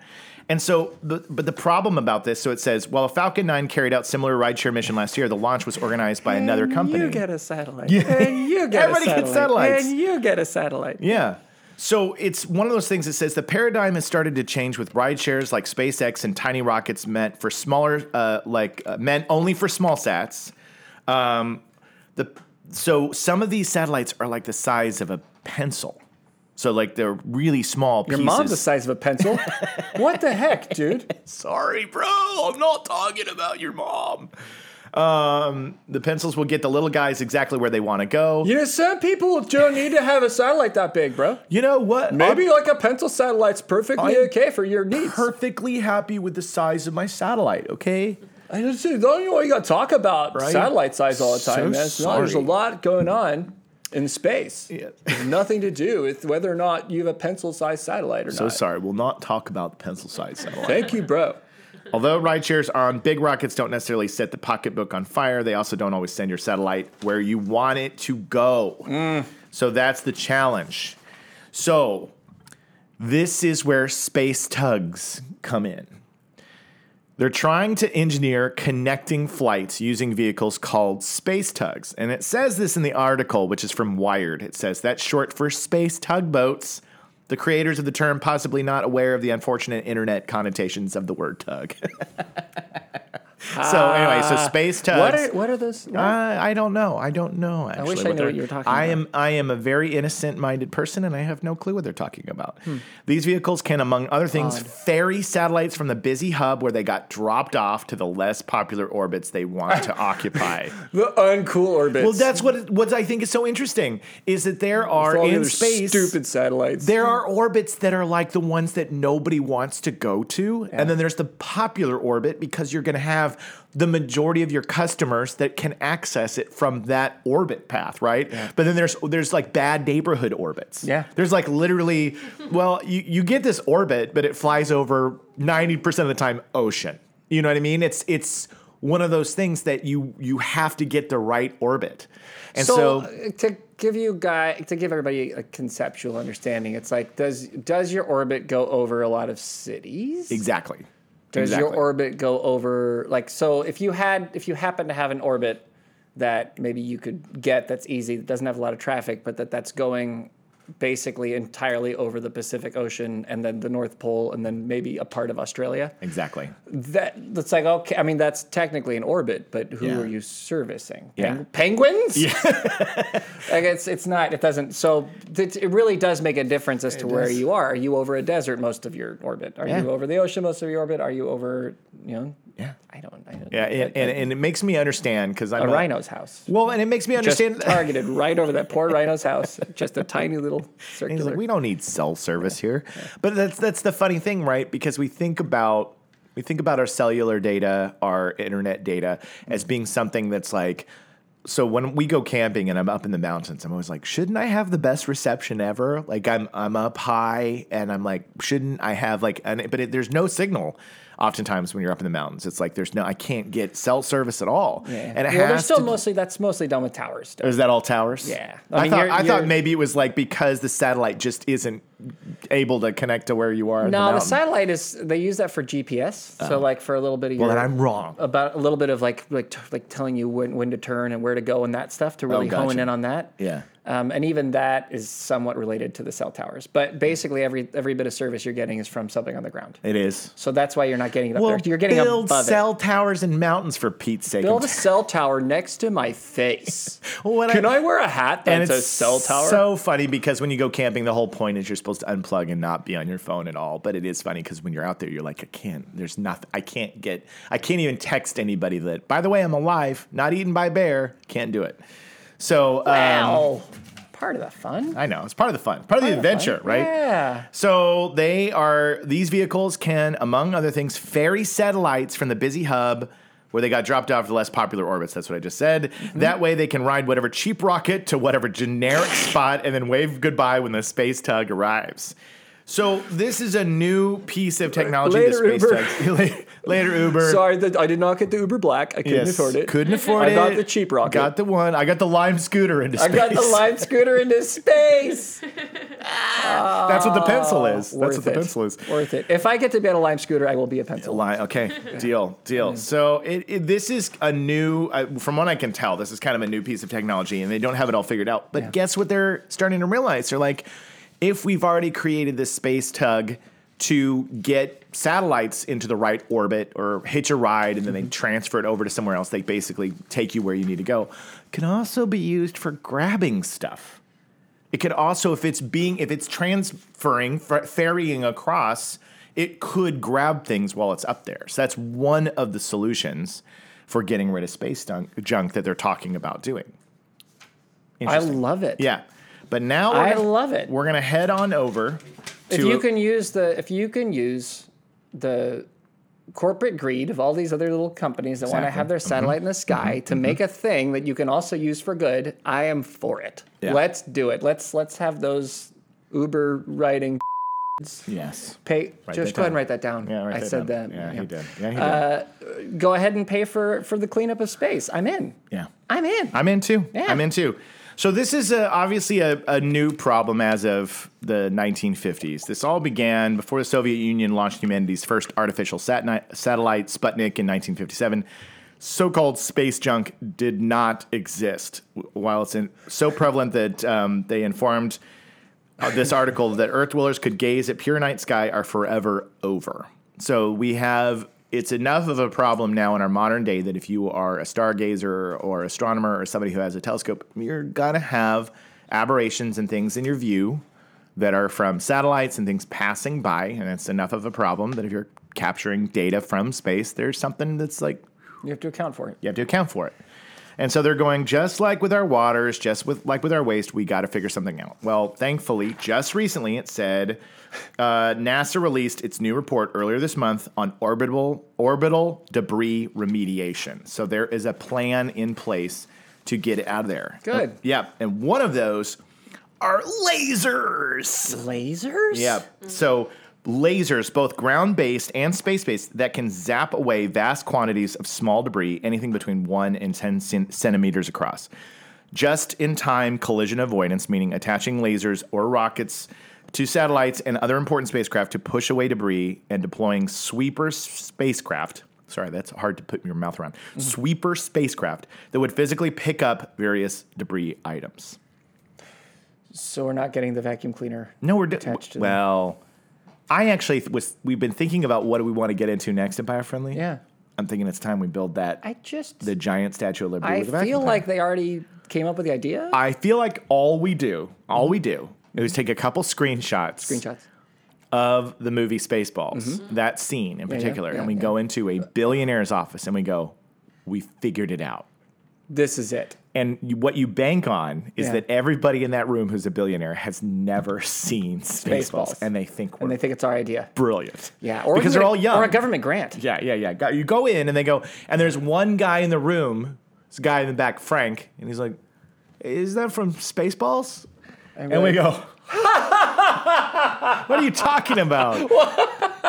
S1: And so, but, but the problem about this, so it says, while a Falcon 9 carried out similar rideshare mission last year, the launch was organized by another company.
S2: You get a satellite. And you get
S1: Everybody
S2: a
S1: gets
S2: satellite.
S1: satellites.
S2: And you get a satellite.
S1: Yeah. So it's one of those things that says the paradigm has started to change with ride shares like SpaceX and tiny rockets meant for smaller, uh, like uh, meant only for small sats. Um, the so some of these satellites are like the size of a pencil, so like they're really small.
S2: Your
S1: pieces.
S2: mom's the size of a pencil. what the heck, dude?
S1: Sorry, bro. I'm not talking about your mom. Um, the pencils will get the little guys exactly where they want to go.
S2: You know, some people don't need to have a satellite that big, bro.
S1: You know what?
S2: Maybe like a pencil satellite's perfectly
S1: I'm
S2: okay for your
S1: I'm
S2: needs.
S1: perfectly happy with the size of my satellite. Okay.
S2: I just I don't know why you got to talk about
S1: Right?
S2: satellite size all the
S1: So
S2: time, man. It's not- there's a
S1: sorry.
S2: lot going on in space.
S1: Yeah.
S2: There's nothing to do with whether or not you have a pencil sized satellite or
S1: So
S2: not.
S1: sorry, we'll not talk about the pencil size satellite.
S2: Thank you, bro.
S1: Although ride shares on big rockets don't necessarily set the pocketbook on fire, they also don't always send your satellite where you want it to go. So that's the challenge. So this is where space tugs come in. They're trying to engineer connecting flights using vehicles called space tugs. And it says this in the article, which is from Wired. It says that's short for space tugboats. The creators of the term possibly not aware of the unfortunate internet connotations of the word tug. so anyway, so space tugs.
S2: Ah, What are, what are those?
S1: I, I don't know. I don't know. Actually,
S2: wish I knew
S1: they're-
S2: what you were talking
S1: I
S2: about.
S1: am I am a very innocent-minded person, and I have no clue what they're talking about.
S2: Hmm.
S1: These vehicles can, among other things, ferry satellites from the busy hub where they got dropped off to the less popular orbits they want to occupy.
S2: the uncool orbits.
S1: Well, that's what it- what I think is so interesting is that there are
S2: all the
S1: in
S2: other
S1: space
S2: Stupid satellites.
S1: There are orbits that are like the ones that nobody wants to go to. And then there's the popular orbit because you're going to have the majority of your customers that can access it from that orbit path, right? But then there's there's like bad neighborhood orbits.
S2: Yeah.
S1: There's like literally, well, you, you get this orbit, but it flies over 90% of the time ocean. You know what I mean? It's it's one of those things that you you have to get the right orbit. And
S2: so,
S1: so
S2: uh, to give you guy to give everybody a conceptual understanding, it's like does does your orbit go over a lot of cities?
S1: exactly.
S2: Does
S1: exactly.
S2: your orbit go over like so if you had if you happen to have an orbit that maybe you could get that's easy that doesn't have a lot of traffic but that that's going basically entirely over the Pacific Ocean and then the North Pole and then maybe a part of Australia.
S1: Exactly.
S2: That that's like okay. I mean, that's technically an orbit, but who
S1: Yeah.
S2: are you servicing?
S1: Yeah.
S2: Peng- penguins. Yeah. like it's it's not. It doesn't. So it, it really does make a difference as to where
S1: does.
S2: you are. Are you over a desert most of your orbit? Are
S1: Yeah.
S2: you over the ocean most of your orbit? Are you over you know?
S1: Yeah.
S2: I don't. I don't
S1: Yeah, and, and, and it makes me understand because I'm
S2: a
S1: a-
S2: rhino's house.
S1: Well, and it makes me
S2: Just
S1: understand.
S2: targeted right over that poor rhino's house. Just a tiny little
S1: And he's
S2: circular.
S1: like, we don't need cell service here. But that's that's the funny thing, right? Because we think about we think about our cellular data, our internet data
S2: Mm.
S1: as being something that's like so when we go camping and I'm up in the mountains, I'm always like, shouldn't I have the best reception ever? Like I'm I'm up high and I'm like, shouldn't I have like an but it, there's no signal oftentimes when you're up in the mountains. It's like there's no I can't get cell service at all.
S2: Yeah.
S1: And it
S2: well, they're
S1: has
S2: still
S1: to
S2: mostly that's mostly done with towers. Still.
S1: is that all towers?
S2: Yeah.
S1: I,
S2: I mean,
S1: thought
S2: you're-
S1: I
S2: you're-
S1: thought maybe it was like because the satellite just isn't able to connect to where you are. in
S2: No,
S1: the,
S2: the,
S1: mountain.
S2: satellite is they use that for GPS. so like for a little bit of
S1: Uh-huh.
S2: your,
S1: Well, then I'm wrong.
S2: about a little bit of like like t- like telling you when when to turn and where to go and that stuff to really hone
S1: Oh, gotcha.
S2: in on that.
S1: Yeah.
S2: Um, and even that is somewhat related to the cell towers. But basically, every every bit of service you're getting is from something on the ground.
S1: It is.
S2: So that's why you're not getting it up
S1: Well,
S2: there. You're getting
S1: build
S2: above
S1: cell towers and mountains for Pete's sake.
S2: it. Build a cell tower next to my face.
S1: What
S2: Can
S1: I-
S2: I, wear a hat
S1: and
S2: that's
S1: it's
S2: a cell tower?
S1: so funny because when you go camping, the whole point is you're supposed to unplug and not be on your phone at all. But it is funny because when you're out there, you're like, I can't. There's nothing. I can't get. I can't even text anybody that. By the way, I'm alive, not eaten by a bear. Can't do it. So um,
S2: Ow. Part of the fun.
S1: I know it's part of the fun, part of the adventure, right?
S2: Yeah.
S1: So they are these vehicles can, among other things, ferry satellites from the busy hub where they got dropped off to less popular orbits. That's what I just said.
S2: Mm-hmm.
S1: That way they can ride whatever cheap rocket to whatever generic spot and then wave goodbye when the space tug arrives. So this is a new piece of technology. the
S2: Later,
S1: space
S2: Uber.
S1: tug. Later, Uber.
S2: Sorry, that I did not get the Uber Black. I couldn't afford it.
S1: Couldn't afford it.
S2: I got the cheap rocket.
S1: Got the one. I got the Lime scooter into
S2: I
S1: space.
S2: got the Lime scooter into space.
S1: That's what the pencil is. That's
S2: Ah, Worth
S1: what the
S2: it.
S1: pencil is.
S2: Worth it. If I get to be on a Lime scooter, I will be a pencil.
S1: Line. Okay, deal, deal. So it, it, this is a new, uh, from what I can tell, this is kind of a new piece of technology, and they don't have it all figured out. But guess what? They're starting to realize they're like, if we've already created this space tug to get satellites into the right orbit or hitch a ride, and then they transfer it over to somewhere else, they basically take you where you need to go. Can also be used for grabbing stuff. It could also, if it's being, if it's transferring, fer- ferrying across, it could grab things while it's up there. So that's one of the solutions for getting rid of space dunk, junk that they're talking about doing.
S2: I
S1: Interesting.
S2: love it.
S1: yeah, but now we're
S2: I
S1: gonna-
S2: love it.
S1: We're gonna head on over. To
S2: If you
S1: a-
S2: can use the if you can use the corporate greed of all these other little companies that want to
S1: Exactly. Mm-hmm.
S2: have their satellite in the sky to make a thing that you can also use for good, I am for it.
S1: Yeah.
S2: Let's do it. Let's let's have those Uber riding
S1: yes,
S2: pay
S1: Write
S2: just go ahead
S1: that down.
S2: and write that down.
S1: yeah, right
S2: I said that. Uh,
S1: Yeah,
S2: yeah.
S1: he did. Yeah, he did.
S2: Go ahead and pay for for the cleanup of space. I'm in.
S1: yeah.
S2: I'm in.
S1: I'm in too.
S2: Yeah.
S1: I'm in too. So this is uh obviously a, a new problem as of the 1950s. This all began before the Soviet Union launched humanity's first artificial satni- satellite, Sputnik, in 1957. So-called space junk did not exist. W- While it's in, so prevalent that um, they informed uh, this article that Earth dwellers could gaze at pure night sky are forever over. So we have it's enough of a problem now in our modern day that if you are a stargazer or astronomer or somebody who has a telescope, you're gonna have aberrations and things in your view that are from satellites and things passing by, and it's enough of a problem that if you're capturing data from space, there's something that's like
S2: You have to account for it.
S1: you have to account for it. And so they're going just like with our waters, just with like with our waste, we got to figure something out. Well, thankfully, just recently it said uh, NASA released its new report earlier this month on orbital orbital debris remediation. So there is a plan in place to get it out of there.
S2: Good.
S1: Yeah, and one of those are lasers.
S2: Lasers?
S1: Yeah. So lasers, both ground based and space based, that can zap away vast quantities of small debris, anything between one and 10 cen- centimeters across. Just in time collision avoidance, meaning attaching lasers or rockets to satellites and other important spacecraft to push away debris and deploying sweeper s- spacecraft. Sorry, that's hard to put your mouth around. Sweeper spacecraft that would physically pick up various debris items.
S2: So we're not getting the vacuum cleaner.
S1: No, we're doing
S2: Attached to them.
S1: well. I actually th- was. We've been thinking about what do we want to get into next at Biofriendly.
S2: Yeah.
S1: I'm thinking it's time we build that
S2: I just
S1: the giant Statue of Liberty.
S2: I
S1: with a vacuum
S2: feel
S1: pack.
S2: like they already came up with the idea.
S1: I feel like all we do, all we do, is take a couple screenshots,
S2: Mm-hmm. Screenshots. Mm-hmm.
S1: of the movie Spaceballs, that scene in particular,
S2: yeah,
S1: and we
S2: yeah.
S1: go into a billionaire's office and we go, "We figured it out."
S2: This is it.
S1: And you, what you bank on is
S2: Yeah.
S1: that everybody in that room who's a billionaire has never seen Spaceballs,
S2: Spaceballs.
S1: and they think we're
S2: And they think it's our idea.
S1: brilliant.
S2: Yeah. Or even
S1: because they're
S2: a-
S1: all young.
S2: Or a government grant.
S1: Yeah, yeah, yeah. Go- You go in and they go, and there's one guy in the room, this guy in the back, Frank, and he's like, Is that from Spaceballs? And, we go, What are you talking about?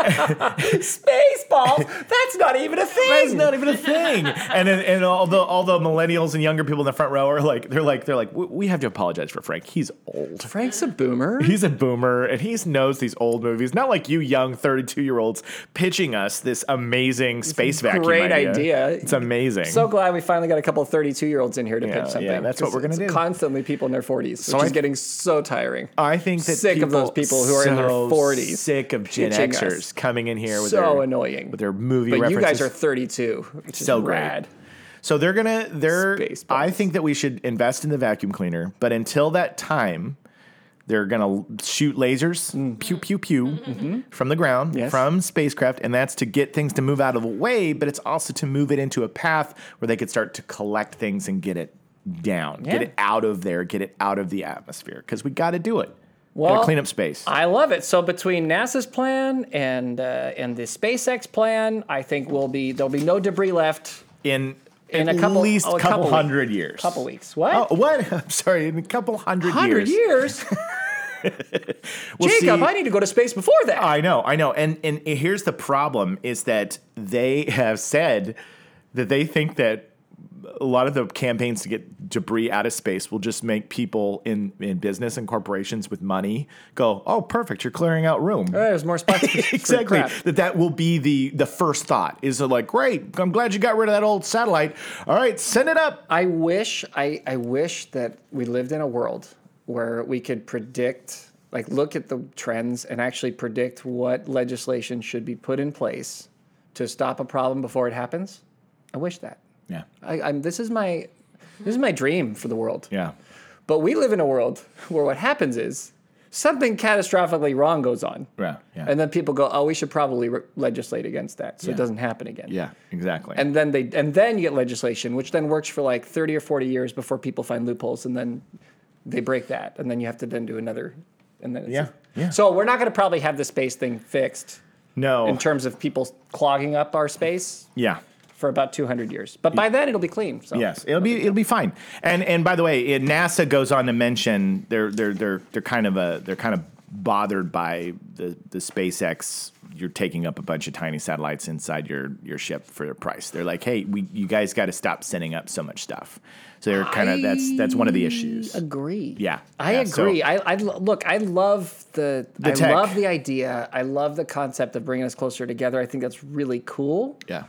S2: Spaceballs? That's not even a thing.
S1: That's not even a thing. And then, and all the all the millennials and younger people in the front row are like, they're like, they're like, "We- we have to apologize for Frank. He's old.
S2: Frank's a boomer.
S1: He's a boomer and he knows these old movies. Not like you young 32 year olds pitching us this amazing space vacuum.
S2: great idea.
S1: It's amazing.
S2: So glad we finally got a couple 32 year olds in here to
S1: Yeah,
S2: pitch something.
S1: yeah, that's what
S2: It's-
S1: we're gonna
S2: it's
S1: do.
S2: Constantly people in their 40s, which
S1: I-
S2: is getting so tiring.
S1: I think that
S2: Sick of those people who are in their
S1: so
S2: 40s
S1: sick of Gen
S2: pitching
S1: Xers
S2: us.
S1: coming in here with
S2: so
S1: their
S2: annoying.
S1: with their movie
S2: but
S1: references.
S2: you guys are 32, which is
S1: so great.
S2: rad.
S1: So they're gonna they're.
S2: Spaceballs.
S1: I think that we should invest in the vacuum cleaner, but until that time, they're gonna shoot lasers, pew pew pew, from the ground
S2: Mm-hmm. Yes.
S1: from spacecraft, and that's to get things to move out of the way. But it's also to move it into a path where they could start to collect things and get it down, get
S2: Yeah.
S1: it out of there, get it out of the atmosphere, because we got to do it.
S2: Well,
S1: gotta clean up space.
S2: I love it. So between NASA's plan and uh, and the SpaceX plan, I think we'll be there'll be no debris left.
S1: in
S2: In
S1: at
S2: a couple-
S1: least
S2: oh, a couple
S1: couple,
S2: weeks.
S1: hundred years.
S2: Couple weeks. What?
S1: Oh, what? I'm sorry, in a couple 100
S2: 100
S1: years.
S2: years?
S1: We'll
S2: Jacob,
S1: see- Ah.
S2: I need to go to space before that.
S1: I know, I know. And and here's the problem is that they have said that they think that a lot of the campaigns to get debris out of space will just make people in, in business and corporations with money go, oh, perfect, you're clearing out room.
S2: Oh, There's more spots. for- for
S1: exactly
S2: crap.
S1: that that will be the the first thought is uh, like great i'm glad you got rid of that old satellite all right send it up
S2: I wish I, I wish that we lived in a world where we could predict like look at the trends and actually predict what legislation should be put in place to stop a problem before it happens. I wish that.
S1: yeah
S2: I, I'm this is my this is my dream for the world.
S1: yeah
S2: But we live in a world where what happens is something catastrophically wrong goes on.
S1: yeah yeah
S2: And then people go, "Oh, we should probably re- legislate against that so
S1: Yeah.
S2: it doesn't happen again."
S1: Yeah, exactly.
S2: and then they and then you get legislation which then works for like 30 or 40 years before people find loopholes and then they break that and then you have to then do another and then it's
S1: Yeah, yeah.
S2: so we're not going to probably have the space thing fixed
S1: no,
S2: in terms of people clogging up our space
S1: yeah,
S2: for about 200 years but by then it'll be clean so
S1: yes, it'll be it'll be fine. And and by the way, it, NASA goes on to mention they're they're they're they're kind of a they're kind of bothered by the the SpaceX. You're taking up a bunch of tiny satellites inside your your ship for a price. They're like, hey, we you guys got to stop sending up so much stuff. So they're kind of that's that's one of the issues.
S2: agree
S1: Yeah,
S2: i
S1: yeah, so-
S2: agree I, I lo- look i love the, i
S1: tech.
S2: love the idea i love the concept of bringing us closer together i think that's really cool
S1: Yeah,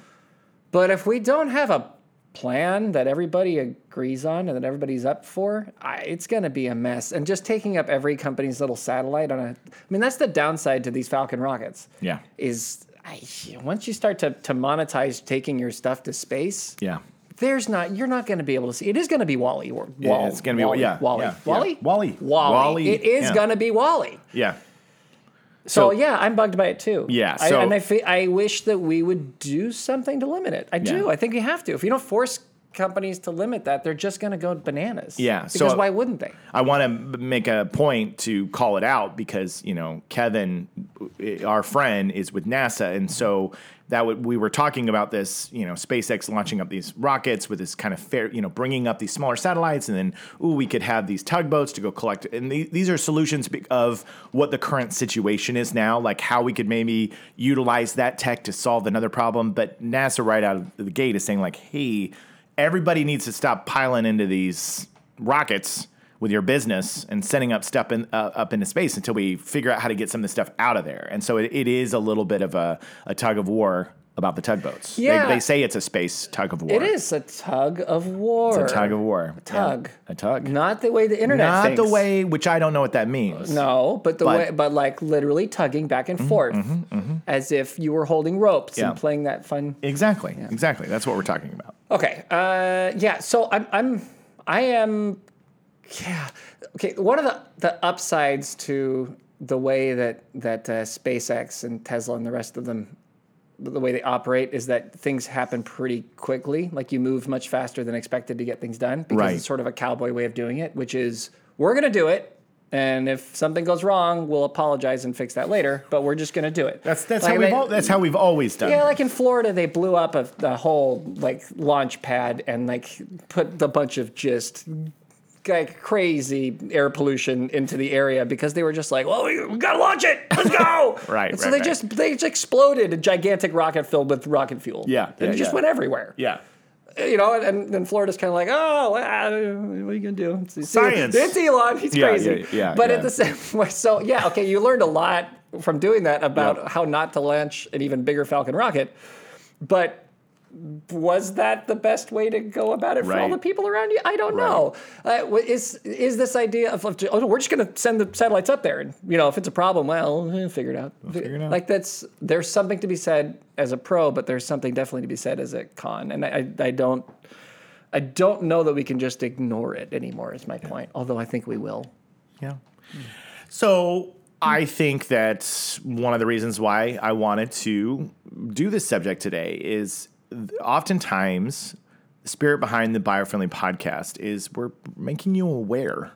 S2: But if we don't have a plan that everybody agrees on and that everybody's up for, I, it's going to be a mess. And just taking up every company's little satellite on a, I mean, that's the downside to these Falcon rockets.
S1: Yeah.
S2: Is I, once you start to, to monetize taking your stuff to space,
S1: yeah.
S2: there's not, you're not going to be able to see, it is going to be Wally or Wall.
S1: it's gonna be-
S2: Wall-E,
S1: yeah,
S2: Wally.
S1: yeah, yeah.
S2: Wally?
S1: Wall-E.
S2: Wally.
S1: Wall-E,
S2: It is
S1: yeah.
S2: going to be Wally.
S1: Yeah.
S2: So,
S1: So-
S2: yeah, I'm bugged by it too.
S1: Yeah,
S2: I-
S1: so-
S2: and I fe- I wish that we would do something to limit it. I do.
S1: Yeah.
S2: I think you have to. If you don't force companies to limit that, they're just going to go bananas.
S1: Yeah,
S2: Because
S1: so-
S2: why wouldn't they?
S1: I want to make a point to call it out because you know Kevin, eh, our friend, is with NASA, and so that would, we were talking about this. You know, SpaceX launching up these rockets with this kind of fair, you know, bringing up these smaller satellites, and then ooh, we could have these tugboats to go collect. And the, these are solutions be- of what the current situation is now, like how we could maybe utilize that tech to solve another problem. But NASA, right out of the gate, is saying like, hey. Everybody needs to stop piling into these rockets with your business and sending up stuff in, uh, up into space until we figure out how to get some of this stuff out of there. And so it, it is a little bit of a, a tug of war about the tugboats.
S2: Yeah.
S1: They, they say it's a space tug of war.
S2: It is a tug of war.
S1: It's a tug of war.
S2: Tug.
S1: Yeah, a tug.
S2: Not the way the internet
S1: Not the
S2: thinks.
S1: way, which I don't know what that means.
S2: No, but the
S1: But-
S2: way,
S1: Mm-hmm,
S2: but like literally tugging back and forth, as if you were holding ropes
S1: Yeah.
S2: and playing that fun.
S1: Exactly. Exactly. That's what we're talking about.
S2: Okay, uh, yeah. So I'm, I'm, I am, yeah. Okay, one of the the upsides to the way that that uh, SpaceX and Tesla and the rest of them, the way they operate, is that things happen pretty quickly. Like you move much faster than expected to get things done because
S1: Right.
S2: it's sort of a cowboy way of doing it, which is we're gonna do it. And if something goes wrong, we'll apologize and fix that later. But we're just going to do it.
S1: That's that's
S2: Like
S1: how we've
S2: they-
S1: al- that's how we've always done.
S2: yeah,
S1: it.
S2: like in Florida, they blew up a, a whole like launch pad and like put a bunch of just like crazy air pollution into the area because they were just like, "Well, we, we gotta launch it, let's go!"
S1: Right,
S2: And so
S1: right,
S2: they
S1: right.
S2: just they just exploded a gigantic rocket filled with rocket fuel.
S1: Yeah,
S2: and
S1: yeah,
S2: it just
S1: yeah.
S2: went everywhere.
S1: yeah.
S2: uh, You know, and then Florida's kind of like, "Oh, well, uh, what are you gonna do?" It's, it's-
S1: Science.
S2: It's Elon. He's
S1: Yeah,
S2: crazy.
S1: yeah, yeah,
S2: but
S1: yeah.
S2: at the same way, so yeah, okay, you learned a lot from doing that about
S1: Yeah.
S2: how not to launch an even bigger Falcon rocket. But was that the best way to go about it for all
S1: Right.
S2: the people around you? I don't know. Uh, w- is is this idea of, of oh, no, we're just going to send the satellites up there, and you know, if it's a problem, well, eh, figure it out.
S1: figure it out.
S2: Like that's there's something to be said as a pro, but there's something definitely to be said as a con, and I I, I don't. I don't know that we can just ignore it anymore. Is my point. Although I think we will.
S1: Yeah. So I think that's one of the reasons why I wanted to do this subject today is oftentimes the spirit behind the biofriendly podcast is we're making you aware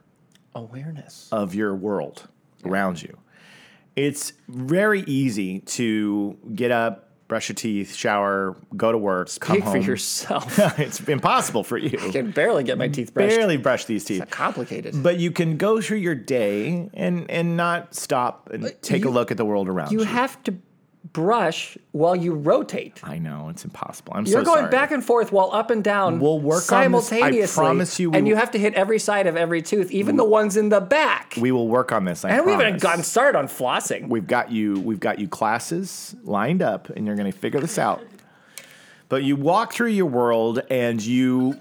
S2: Awareness.
S1: of your world around you. It's very easy to get up, brush your teeth, shower, go to work, come
S2: Speak for
S1: home.
S2: yourself.
S1: it's impossible for
S2: I
S1: you.
S2: can barely get my teeth brushed.
S1: Barely brush these teeth.
S2: Complicated.
S1: But you can go through your day and and not stop and take a
S2: you-
S1: look at the world around you.
S2: You have to brush while you rotate.
S1: I know it's impossible. I'm
S2: You're
S1: so
S2: going
S1: sorry.
S2: back and forth while up and down.
S1: We'll work on this. I
S2: simultaneously.
S1: promise you we
S2: and you
S1: will-
S2: have to hit every side of every tooth, even the ones in the back.
S1: we will work on this. I
S2: and we haven't
S1: promise.
S2: gotten started on flossing.
S1: We've got you. We've got you classes lined up, and you're going to figure this out. But you walk through your world, and you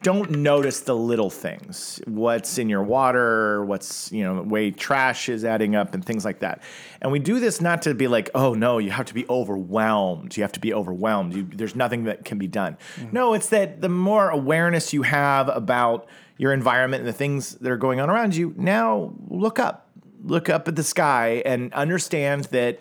S1: don't notice the little things. What's in your water? What's you know the way trash is adding up, and things like that. And we do this not to be like, oh no, you have to be overwhelmed. You have to be overwhelmed. You, there's nothing that can be done.
S2: Mm-hmm.
S1: No, it's that the more awareness you have about your environment and the things that are going on around you, now look up look up at the sky and understand that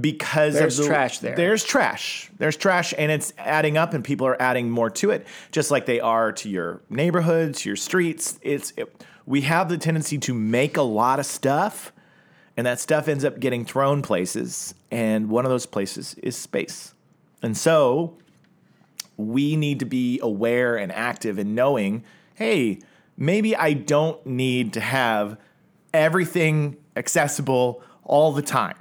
S1: because
S2: There's
S1: of the,
S2: trash there.
S1: There's trash. There's trash, and it's adding up, and people are adding more to it, just like they are to your neighborhoods, your streets. It's it, we have the tendency to make a lot of stuff, and that stuff ends up getting thrown places, and one of those places is space, and so we need to be aware and active in knowing, hey, maybe I don't need to have everything accessible all the time.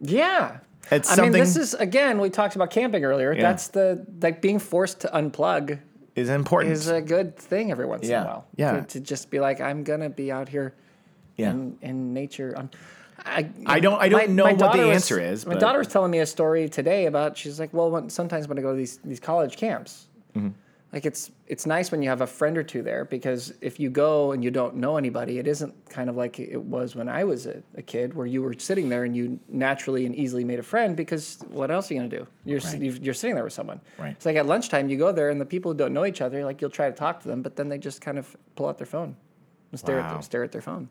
S2: Yeah.
S1: It's
S2: I mean, this
S1: something-
S2: is again. We talked about camping earlier. That's the like being forced to unplug
S1: Is important.
S2: is a good thing every once
S1: Yeah.
S2: in a while.
S1: Yeah.
S2: To, to just be like, I'm gonna be out here
S1: yeah.
S2: in, in nature. I'm, I,
S1: I don't- I don't know what the
S2: daughter was-
S1: answer is,
S2: My
S1: but-
S2: daughter was telling me a story today about she's like, well, when, sometimes when I go to these these college camps,
S1: Mm-hmm.
S2: like it's it's nice when you have a friend or two there because if you go and you don't know anybody, it isn't kind of like it was when I was a, a kid where you were sitting there and you naturally and easily made a friend because what else are you gonna do? You're s
S1: Right.
S2: you've- you're sitting there with someone.
S1: Right.
S2: It's like at lunchtime you go there and the people who don't know each other, like you'll try to talk to them, but then they just kind of pull out their phone and stare at
S1: Wow.
S2: them, stare at their phone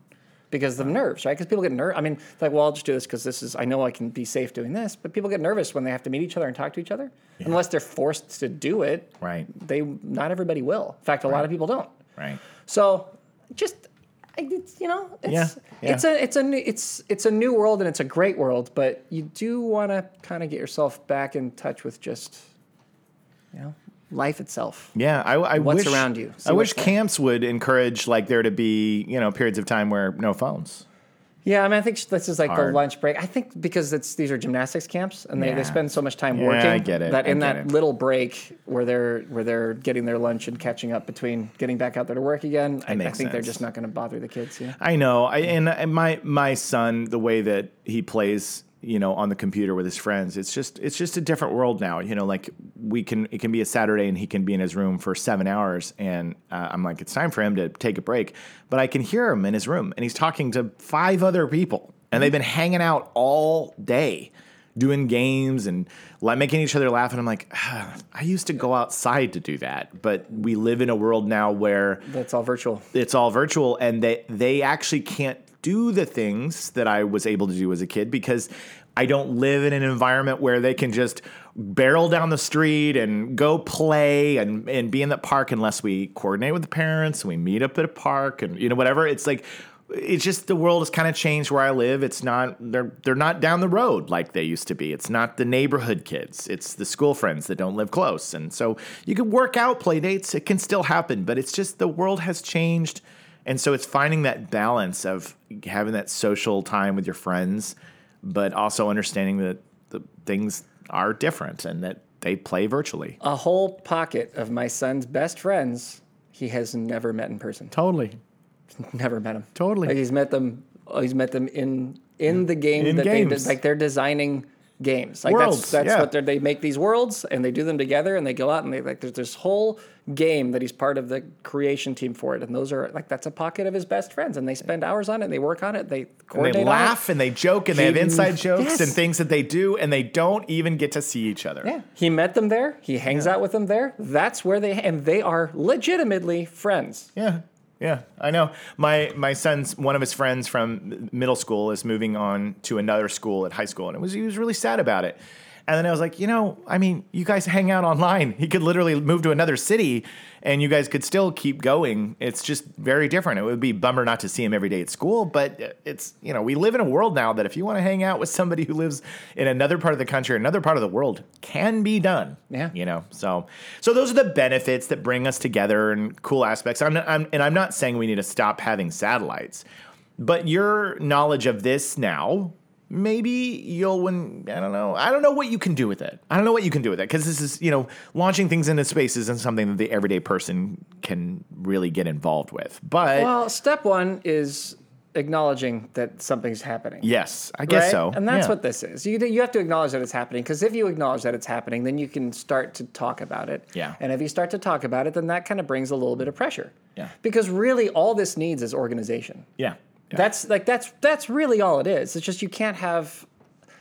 S2: because of nerves, right? Because people get nervous. I mean, it's like, well, I'll just do this because this is, I know I can be safe doing this, but people get nervous when they have to meet each other and talk to each other. Unless they're forced to do it,
S1: Right.
S2: they, not everybody will. In fact, a lot of people don't.
S1: Right.
S2: So just, I, it's, you know, it's,
S1: Yeah, yeah.
S2: it's a, it's a, new, it's, it's a new world and it's a great world, but you do want to kind of get yourself back in touch with just, you know, life itself.
S1: Yeah, I, I
S2: What's
S1: wish,
S2: around you. See
S1: I wish
S2: what's there.
S1: camps would encourage like there to be you know periods of time where no phones.
S2: Yeah, I mean, I think this is like
S1: Hard.
S2: the lunch break. I think because it's these are gymnastics camps, and they,
S1: Yeah.
S2: they spend so much time
S1: Yeah,
S2: working.
S1: I get it.
S2: That
S1: I
S2: in
S1: get
S2: that
S1: it.
S2: little break where they're where they're getting their lunch and catching up between getting back out there to work again, I, I think
S1: makes
S2: they're
S1: sense.
S2: just not going to bother the kids. Yeah.
S1: I know. I and, and my my son, the way that he plays, you know, on the computer with his friends. It's just it's just a different world now. You know, like we can it can be a Saturday and he can be in his room for seven hours, and uh, I'm like, it's time for him to take a break. But I can hear him in his room, and he's talking to five other people, and they've been hanging out all day. Doing games and like making each other laugh, and I'm like, ah, I used to go outside to do that, but we live in a world now where
S2: That's all virtual.
S1: it's all virtual and they they actually can't do the things that I was able to do as a kid because I don't live in an environment where they can just barrel down the street and go play and and be in the park unless we coordinate with the parents and we meet up at a park and you know whatever it's like it's just the world has kind of changed where I live. It's not they're they're not down the road like they used to be. It's not the neighborhood kids. It's the school friends that don't live close. And so you can work out play dates. It can still happen, but it's just the world has changed. And so it's finding that balance of having that social time with your friends, but also understanding that the things are different and that they play virtually.
S2: A whole pocket of my son's best friends he has never met in person.
S1: Totally.
S2: Never met him.
S1: Totally.
S2: Like he's met them. oh, He's met them in in the game
S1: In
S2: that they
S1: games.
S2: did. Like they're designing games. Like
S1: Worlds,
S2: that's that's
S1: yeah.
S2: what they're, they make these worlds and they do them together and they go out and they like there's this whole game that he's part of the creation team for it. And those are like that's a pocket of his best friends and they spend hours on it. And they work on it. They
S1: And
S2: coordinate.
S1: they
S2: on it.
S1: laugh and they joke and they have
S2: He-
S1: inside jokes
S2: Yes.
S1: and things that they do and they don't even get to see each other.
S2: Yeah, he met them there. He hangs out with them there. That's where they and they are legitimately friends.
S1: Yeah. Yeah, I know. My my son's one of his friends from middle school is moving on to another school at high school, and it was he was really sad about it. And then I was like, you know, I mean, you guys hang out online. He could literally move to another city, and you guys could still keep going. It's just very different. It would be a bummer not to see him every day at school, but it's you know, we live in a world now that if you want to hang out with somebody who lives in another part of the country, or another part of the world, can be done.
S2: Yeah.
S1: You know so so those are the benefits that bring us together and cool aspects i'm, not, I'm and i'm not saying we need to stop having satellites but your knowledge of this now maybe you'll when i don't know i don't know what you can do with it i don't know what you can do with it because this is you know launching things into space isn't something that the everyday person can really get involved with but
S2: Well, step one is acknowledging that something's happening.
S1: yes i guess
S2: right?
S1: so
S2: And that's
S1: Yeah.
S2: what this is. You, you have to acknowledge that it's happening because if you acknowledge that it's happening, then you can start to talk about it.
S1: Yeah.
S2: And if you start to talk about it, then that kind of brings a little bit of pressure.
S1: Yeah.
S2: Because really, all this needs is organization.
S1: yeah, yeah.
S2: That's like that's that's really all it is. It's just you can't have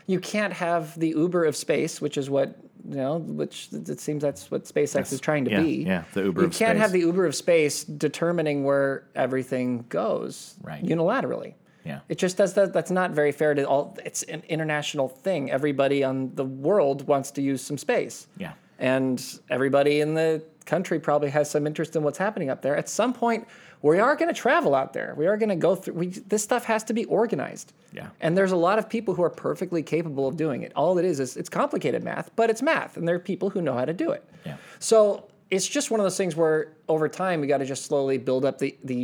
S2: you can't have the Uber of space, which is what you know, which it it seems that's what SpaceX is trying to
S1: Yeah,
S2: be.
S1: yeah, the Uber
S2: You
S1: of
S2: can't
S1: space.
S2: have the Uber of space determining where everything goes
S1: Right.
S2: unilaterally.
S1: Yeah.
S2: It just does that. That's not very fair to all. It's an international thing. Everybody on the world wants to use some space.
S1: Yeah.
S2: And everybody in the country probably has some interest in what's happening up there. At some point, we are going to travel out there. We are going to go through. We, this stuff has to be organized.
S1: Yeah.
S2: And there's a lot of people who are perfectly capable of doing it. All it is is it's complicated math, but it's math, and there are people who know how to do it.
S1: Yeah.
S2: So it's just one of those things where over time we got to just slowly build up the the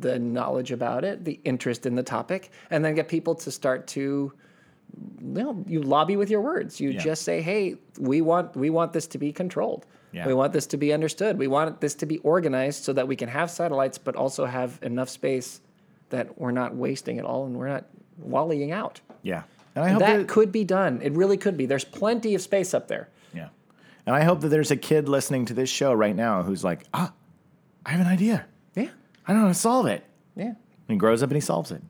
S2: the knowledge about it, the interest in the topic, and then get people to start to you know you lobby with your words. You
S1: Yeah.
S2: just say, "Hey, we want we want this to be controlled.
S1: Yeah.
S2: We want this to be understood. We want this to be organized so that we can have satellites, but also have enough space that we're not wasting it all and we're not wallying out."
S1: yeah. and i hope
S2: that
S1: that-
S2: could be done. It really could be. There's plenty of space up there.
S1: Yeah. And I hope that there's a kid listening to this show right now who's like, ah, I have an idea.
S2: Yeah.
S1: I don't know how to solve it.
S2: Yeah.
S1: And he grows up and he solves it.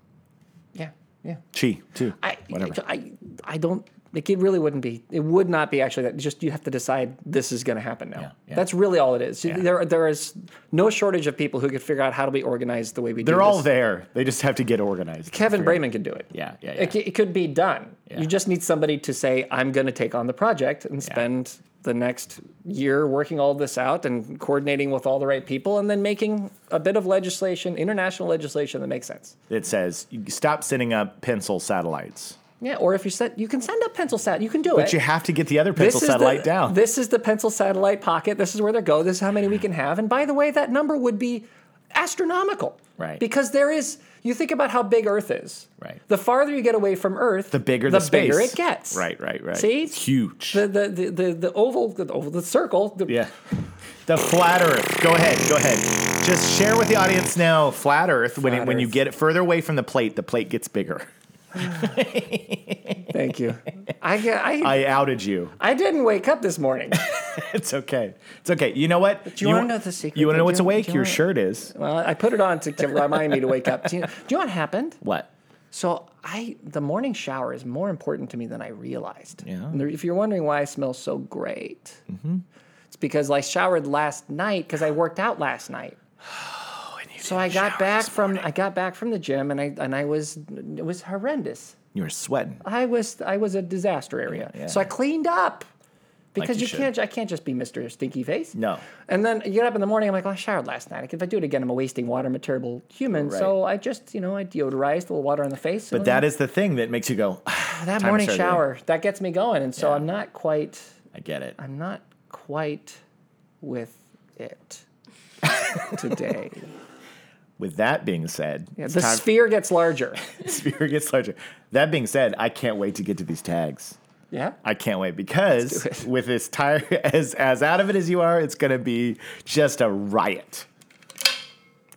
S2: Yeah. Yeah.
S1: Chi, too.
S2: I,
S1: Whatever.
S2: I, I don't. Like it really wouldn't be. It would not be actually that. Just you have to decide this is going to happen now.
S1: Yeah, yeah.
S2: That's really all it is.
S1: Yeah.
S2: There, there is no shortage of people who could figure out how do we organize the way we do.
S1: They're all
S2: this.
S1: there. They just have to get organized.
S2: Kevin
S1: Figure it
S2: Brayman can do it.
S1: Yeah, yeah,
S2: It,
S1: yeah.
S2: c- it could be done.
S1: Yeah.
S2: You just need somebody to say, "I'm going to take on the project and spend the next year working all this out and coordinating with all the right people, and then making a bit of legislation, international legislation that makes sense."
S1: out. It says, stop sending up pencil satellites.
S2: Yeah. Or if you set, you can send up pencil sat. You can do it.
S1: But you have to get the other pencil
S2: is the-
S1: satellite down.
S2: This is the pencil satellite pocket. This is where they go. This is how many we can have. And by the way, that number would be astronomical.
S1: Right.
S2: Because there is, you think about how big Earth is.
S1: Right.
S2: The farther you get away from Earth,
S1: the bigger the,
S2: the
S1: space.
S2: bigger it gets.
S1: Right, right, right.
S2: See?
S1: It's huge.
S2: The the the the, the oval, the oval, the circle. The,
S1: yeah. The flat Earth. Go ahead. Go ahead. Just share with the audience now. Flat Earth. When it,
S2: Flat
S1: when you
S2: Earth.
S1: get it further away from the plate, the plate gets bigger.
S2: Thank you. I, get- I, I,
S1: I outed you.
S2: didn't wake up this morning.
S1: It's okay. It's okay. You know what?
S2: do you wanna know the secret
S1: You want to
S2: they
S1: know what's
S2: do?
S1: awake?
S2: Do you
S1: Your
S2: wanna-
S1: shirt is.
S2: well, Uh, I put it on to, to remind me to wake up. Do you, do you know what happened?
S1: What?
S2: So I, the morning shower is more important to me than I realized.
S1: Yeah. Mm-hmm.
S2: And there- if you're wondering why I smell so great, it's because I showered last night because I worked out last night.
S1: Oh,
S2: so I got back from I got back from the gym and I and I was it was horrendous.
S1: You were sweating.
S2: I was I was a disaster area.
S1: Yeah, yeah.
S2: So I cleaned up because
S1: you
S2: you,
S1: should.
S2: can't I can't just be Mr. Stinky Face.
S1: No.
S2: And then you get up in the morning. I'm like, well, I showered last night. If I do it again, I'm a wasting water. I'm a terrible human.
S1: Right.
S2: So I just you know I deodorized a little water on the face.
S1: But that is the thing that makes you go, "Ah,
S2: that
S1: time to
S2: morning
S1: start
S2: shower that gets me going, and so I'm not quite
S1: I get it.
S2: I'm not quite with it today.
S1: With that being said,
S2: Yeah,
S1: it's
S2: the
S1: time-
S2: sphere gets larger.
S1: sphere gets larger. That being said, I can't wait to get to these tags.
S2: Yeah.
S1: I can't wait because
S2: Let's do it.
S1: with this tire as as out of it as you are, it's going to be just a riot.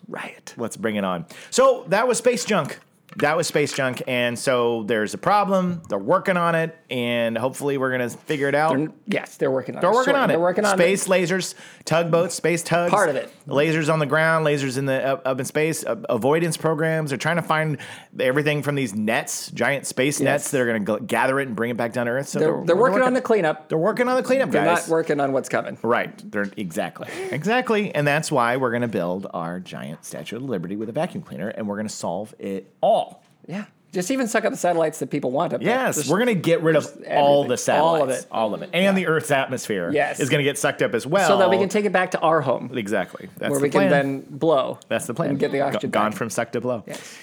S2: Riot.
S1: Let's bring it on. So that was space junk. That was space junk, and so there's a problem. They're working on it, and hopefully we're going to figure it out.
S2: Yes, they're working on.
S1: They're
S2: it.
S1: working
S2: Sort-
S1: on it.
S2: They're working on
S1: space lasers, tugboats, space tugs.
S2: Part of it.
S1: Lasers on the ground, lasers in the up, up in space. a- avoidance programs. They're trying to find everything from these nets, giant space nets that are going to gather it and bring it back down to Earth. So
S2: They're, they're working on the cleanup.
S1: They're working on the cleanup,
S2: They're not
S1: guys.
S2: working on what's coming.
S1: Right. They're exactly. Exactly. And that's why we're going to build our giant Statue of Liberty with a vacuum cleaner and we're going to solve it all.
S2: Yeah. Just even suck up the satellites that people want up there.
S1: Yes,
S2: Just-
S1: we're going to get rid of all
S2: everything.
S1: the satellites.
S2: All of it.
S1: All of it. And the Earth's atmosphere
S2: Yes.
S1: is going to get sucked up as well.
S2: so that we can take it back to our home
S1: Exactly. That's
S2: where
S1: the
S2: we can
S1: plan.
S2: then blow.
S1: That's the plan.
S2: And get the
S1: Go-
S2: oxygen
S1: gone
S2: back.
S1: from suck to blow.
S2: Yes.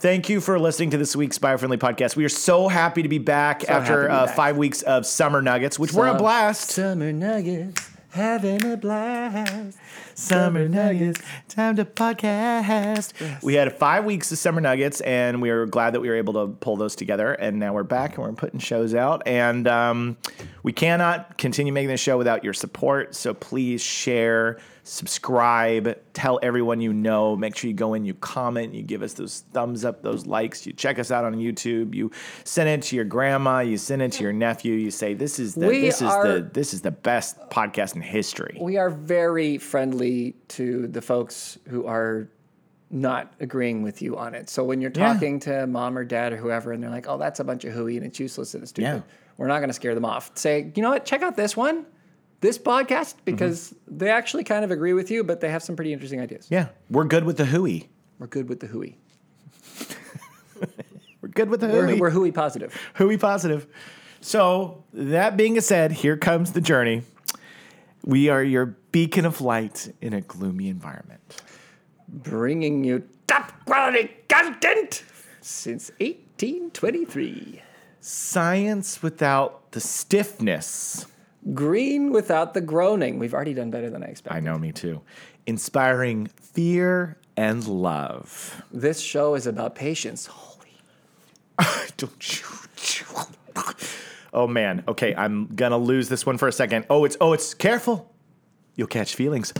S1: Thank you for listening to this week's Biofriendly podcast. We are so happy to be back
S2: happy
S1: after
S2: to be
S1: uh,
S2: back.
S1: five weeks of summer nuggets, which were a
S2: Summer-
S1: blast.
S2: Summer nuggets, having a blast.
S1: Summer Nuggets, time to podcast. We had five weeks of Summer Nuggets, and we were glad that we were able to pull those together. And now we're back, and we're putting shows out. And um, we cannot continue making this show without your support. So please share, subscribe, tell everyone you know. Make sure you go in, you comment, you give us those thumbs up, those likes. You check us out on YouTube. You send it to your grandma. You send it to your nephew. You say this is the
S2: We
S1: this is
S2: are-
S1: the this is the best podcast in history.
S2: We are very friendly to the folks who are not agreeing with you on it. So when you're
S1: Yeah.
S2: talking to mom or dad or whoever, and they're like, "Oh, that's a bunch of hooey and it's useless and it's stupid,"
S1: Yeah.
S2: we're not going to scare them off. Say, you know what? Check out this one, this podcast,
S1: Mm-hmm.
S2: because they actually kind of agree with you, but they have some pretty interesting ideas.
S1: Yeah, we're good with the hooey.
S2: We're good with the hooey.
S1: We're good with the
S2: We're,
S1: hooey.
S2: we're hooey positive.
S1: hooey positive. So that being said, here comes the journey. We are your beacon of light in a gloomy environment.
S2: bringing you top quality content since 1823.
S1: Science without the stiffness.
S2: Green without the groaning. We've already done better than I expected.
S1: I know, me too. Inspiring fear and love.
S2: This show is about patience. Oh Holy.
S1: Don't you- Oh man. Okay, I'm gonna lose this one for a second. Oh, it's oh, it's careful. You'll catch feelings.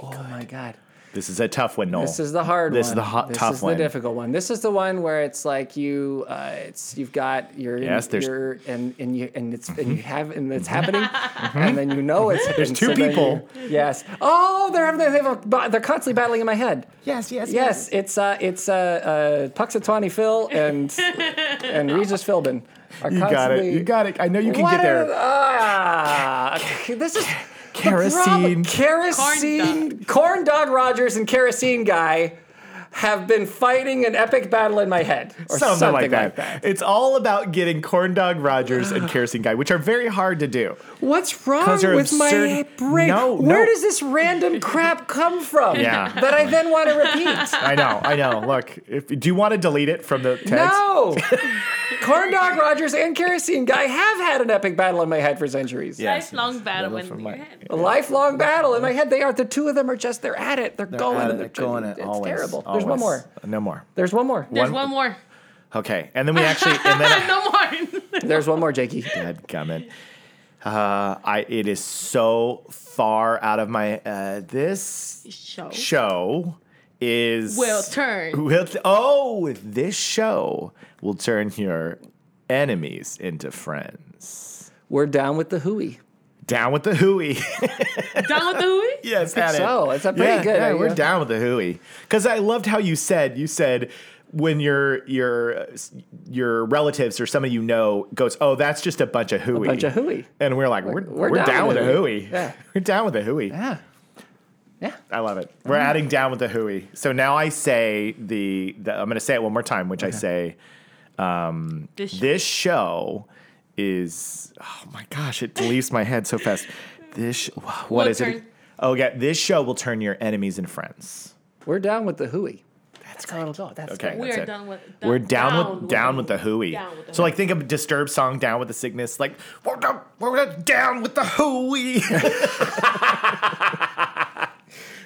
S2: Oh my God.
S1: This is a tough one, Noel.
S2: This is the hard
S1: This
S2: one.
S1: is the hot,
S2: This
S1: tough
S2: is
S1: one.
S2: the difficult one. This is the one where it's like you, uh, it's you've got your
S1: Yes, there's- Mm-hmm.
S2: your and and you and it's and you have and it's happening, and then you know it's there's
S1: two people.
S2: yes. Oh, they're having they have a, ba- they're constantly battling in my head.
S1: Yes, yes,
S2: Yes, it's uh, it's uh, uh, Puxatawny Phil and and Regis Philbin. Are
S1: You got it. You got it. I know you can get there.
S2: ah, this is the
S1: Kerosene.
S2: problem. kerosene, corn dog Rogers and kerosene guy have been fighting an epic battle in my head, or
S1: Something, like, that. It's all about getting corn dog Rogers and kerosene guy, which are very hard to do.
S2: What's wrong
S1: they're
S2: with my
S1: absurd-
S2: brain?
S1: No,
S2: Where
S1: no.
S2: does this random crap come from?
S1: Yeah.
S2: that I then want to repeat.
S1: I know, I know. Look, if, do you want to delete it from the text?
S2: No! Corn Dog Rogers and Kerosene Guy have had an epic battle in my head for centuries.
S1: Yes.
S3: Lifelong battle
S1: Battle
S3: in
S1: for
S3: your
S1: my-
S3: head.
S2: A lifelong battle in my head. They are. The two of them are just, they're at it. They're, going.
S1: Got it,
S2: and
S1: they're
S2: they're-
S1: going it
S2: It's
S1: always,
S2: terrible.
S1: always.
S2: There's one more.
S1: No more.
S2: There's one more.
S3: There's
S1: One-
S3: one more.
S1: Okay, and then we actually, and then
S3: no more.
S2: There's one more, Jakey.
S1: God damn it. Uh, I it is so far out of my uh, this
S3: Show.
S1: show is
S3: Will turn.
S1: Will t- oh, this show will turn your enemies into friends.
S2: We're down with the hooey.
S1: Down with the hooey.
S3: Down with the hooey?
S1: yes, that
S2: so. It's a pretty
S1: yeah,
S2: good
S1: Yeah, we're
S2: idea.
S1: down with the hooey. Because I loved how you said you said when your your your relatives or somebody you know goes, oh, that's just a bunch of hooey,
S2: bunch of hooey.
S1: and we're like, we're, we're, down, with the hooey.
S2: Yeah.
S1: we're down with the hooey.
S2: Yeah. Yeah.
S1: I love it. We're adding down with the hooey. So now I say the, the I'm going to say it one more time, which I say
S3: This sh-
S1: this show is oh my gosh, it leaves my head so fast. This sh- what
S3: Will
S1: is it?
S3: turn-
S1: Oh yeah, this show will turn your enemies into friends.
S2: We're down with the hooey. That's how it'll go. That's
S1: Okay.
S2: okay.
S3: we
S1: that's
S3: are
S1: it.
S3: done Uh, with.
S1: We're down, with down with the hooey.
S3: Down with the
S1: So like think of a disturbed song down with the sickness like we're down, we're down with the hooey.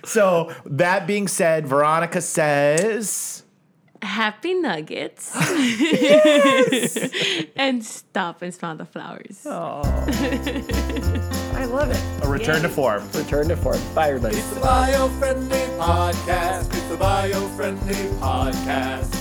S1: so that being said, Veronica says
S3: Happy nuggets. and stop and smell the
S1: Oh,
S3: flowers.
S2: I love it.
S1: a return to form.
S2: Return to form. Bye, everybody.
S4: It's the bio-friendly podcast. It's the bio-friendly podcast.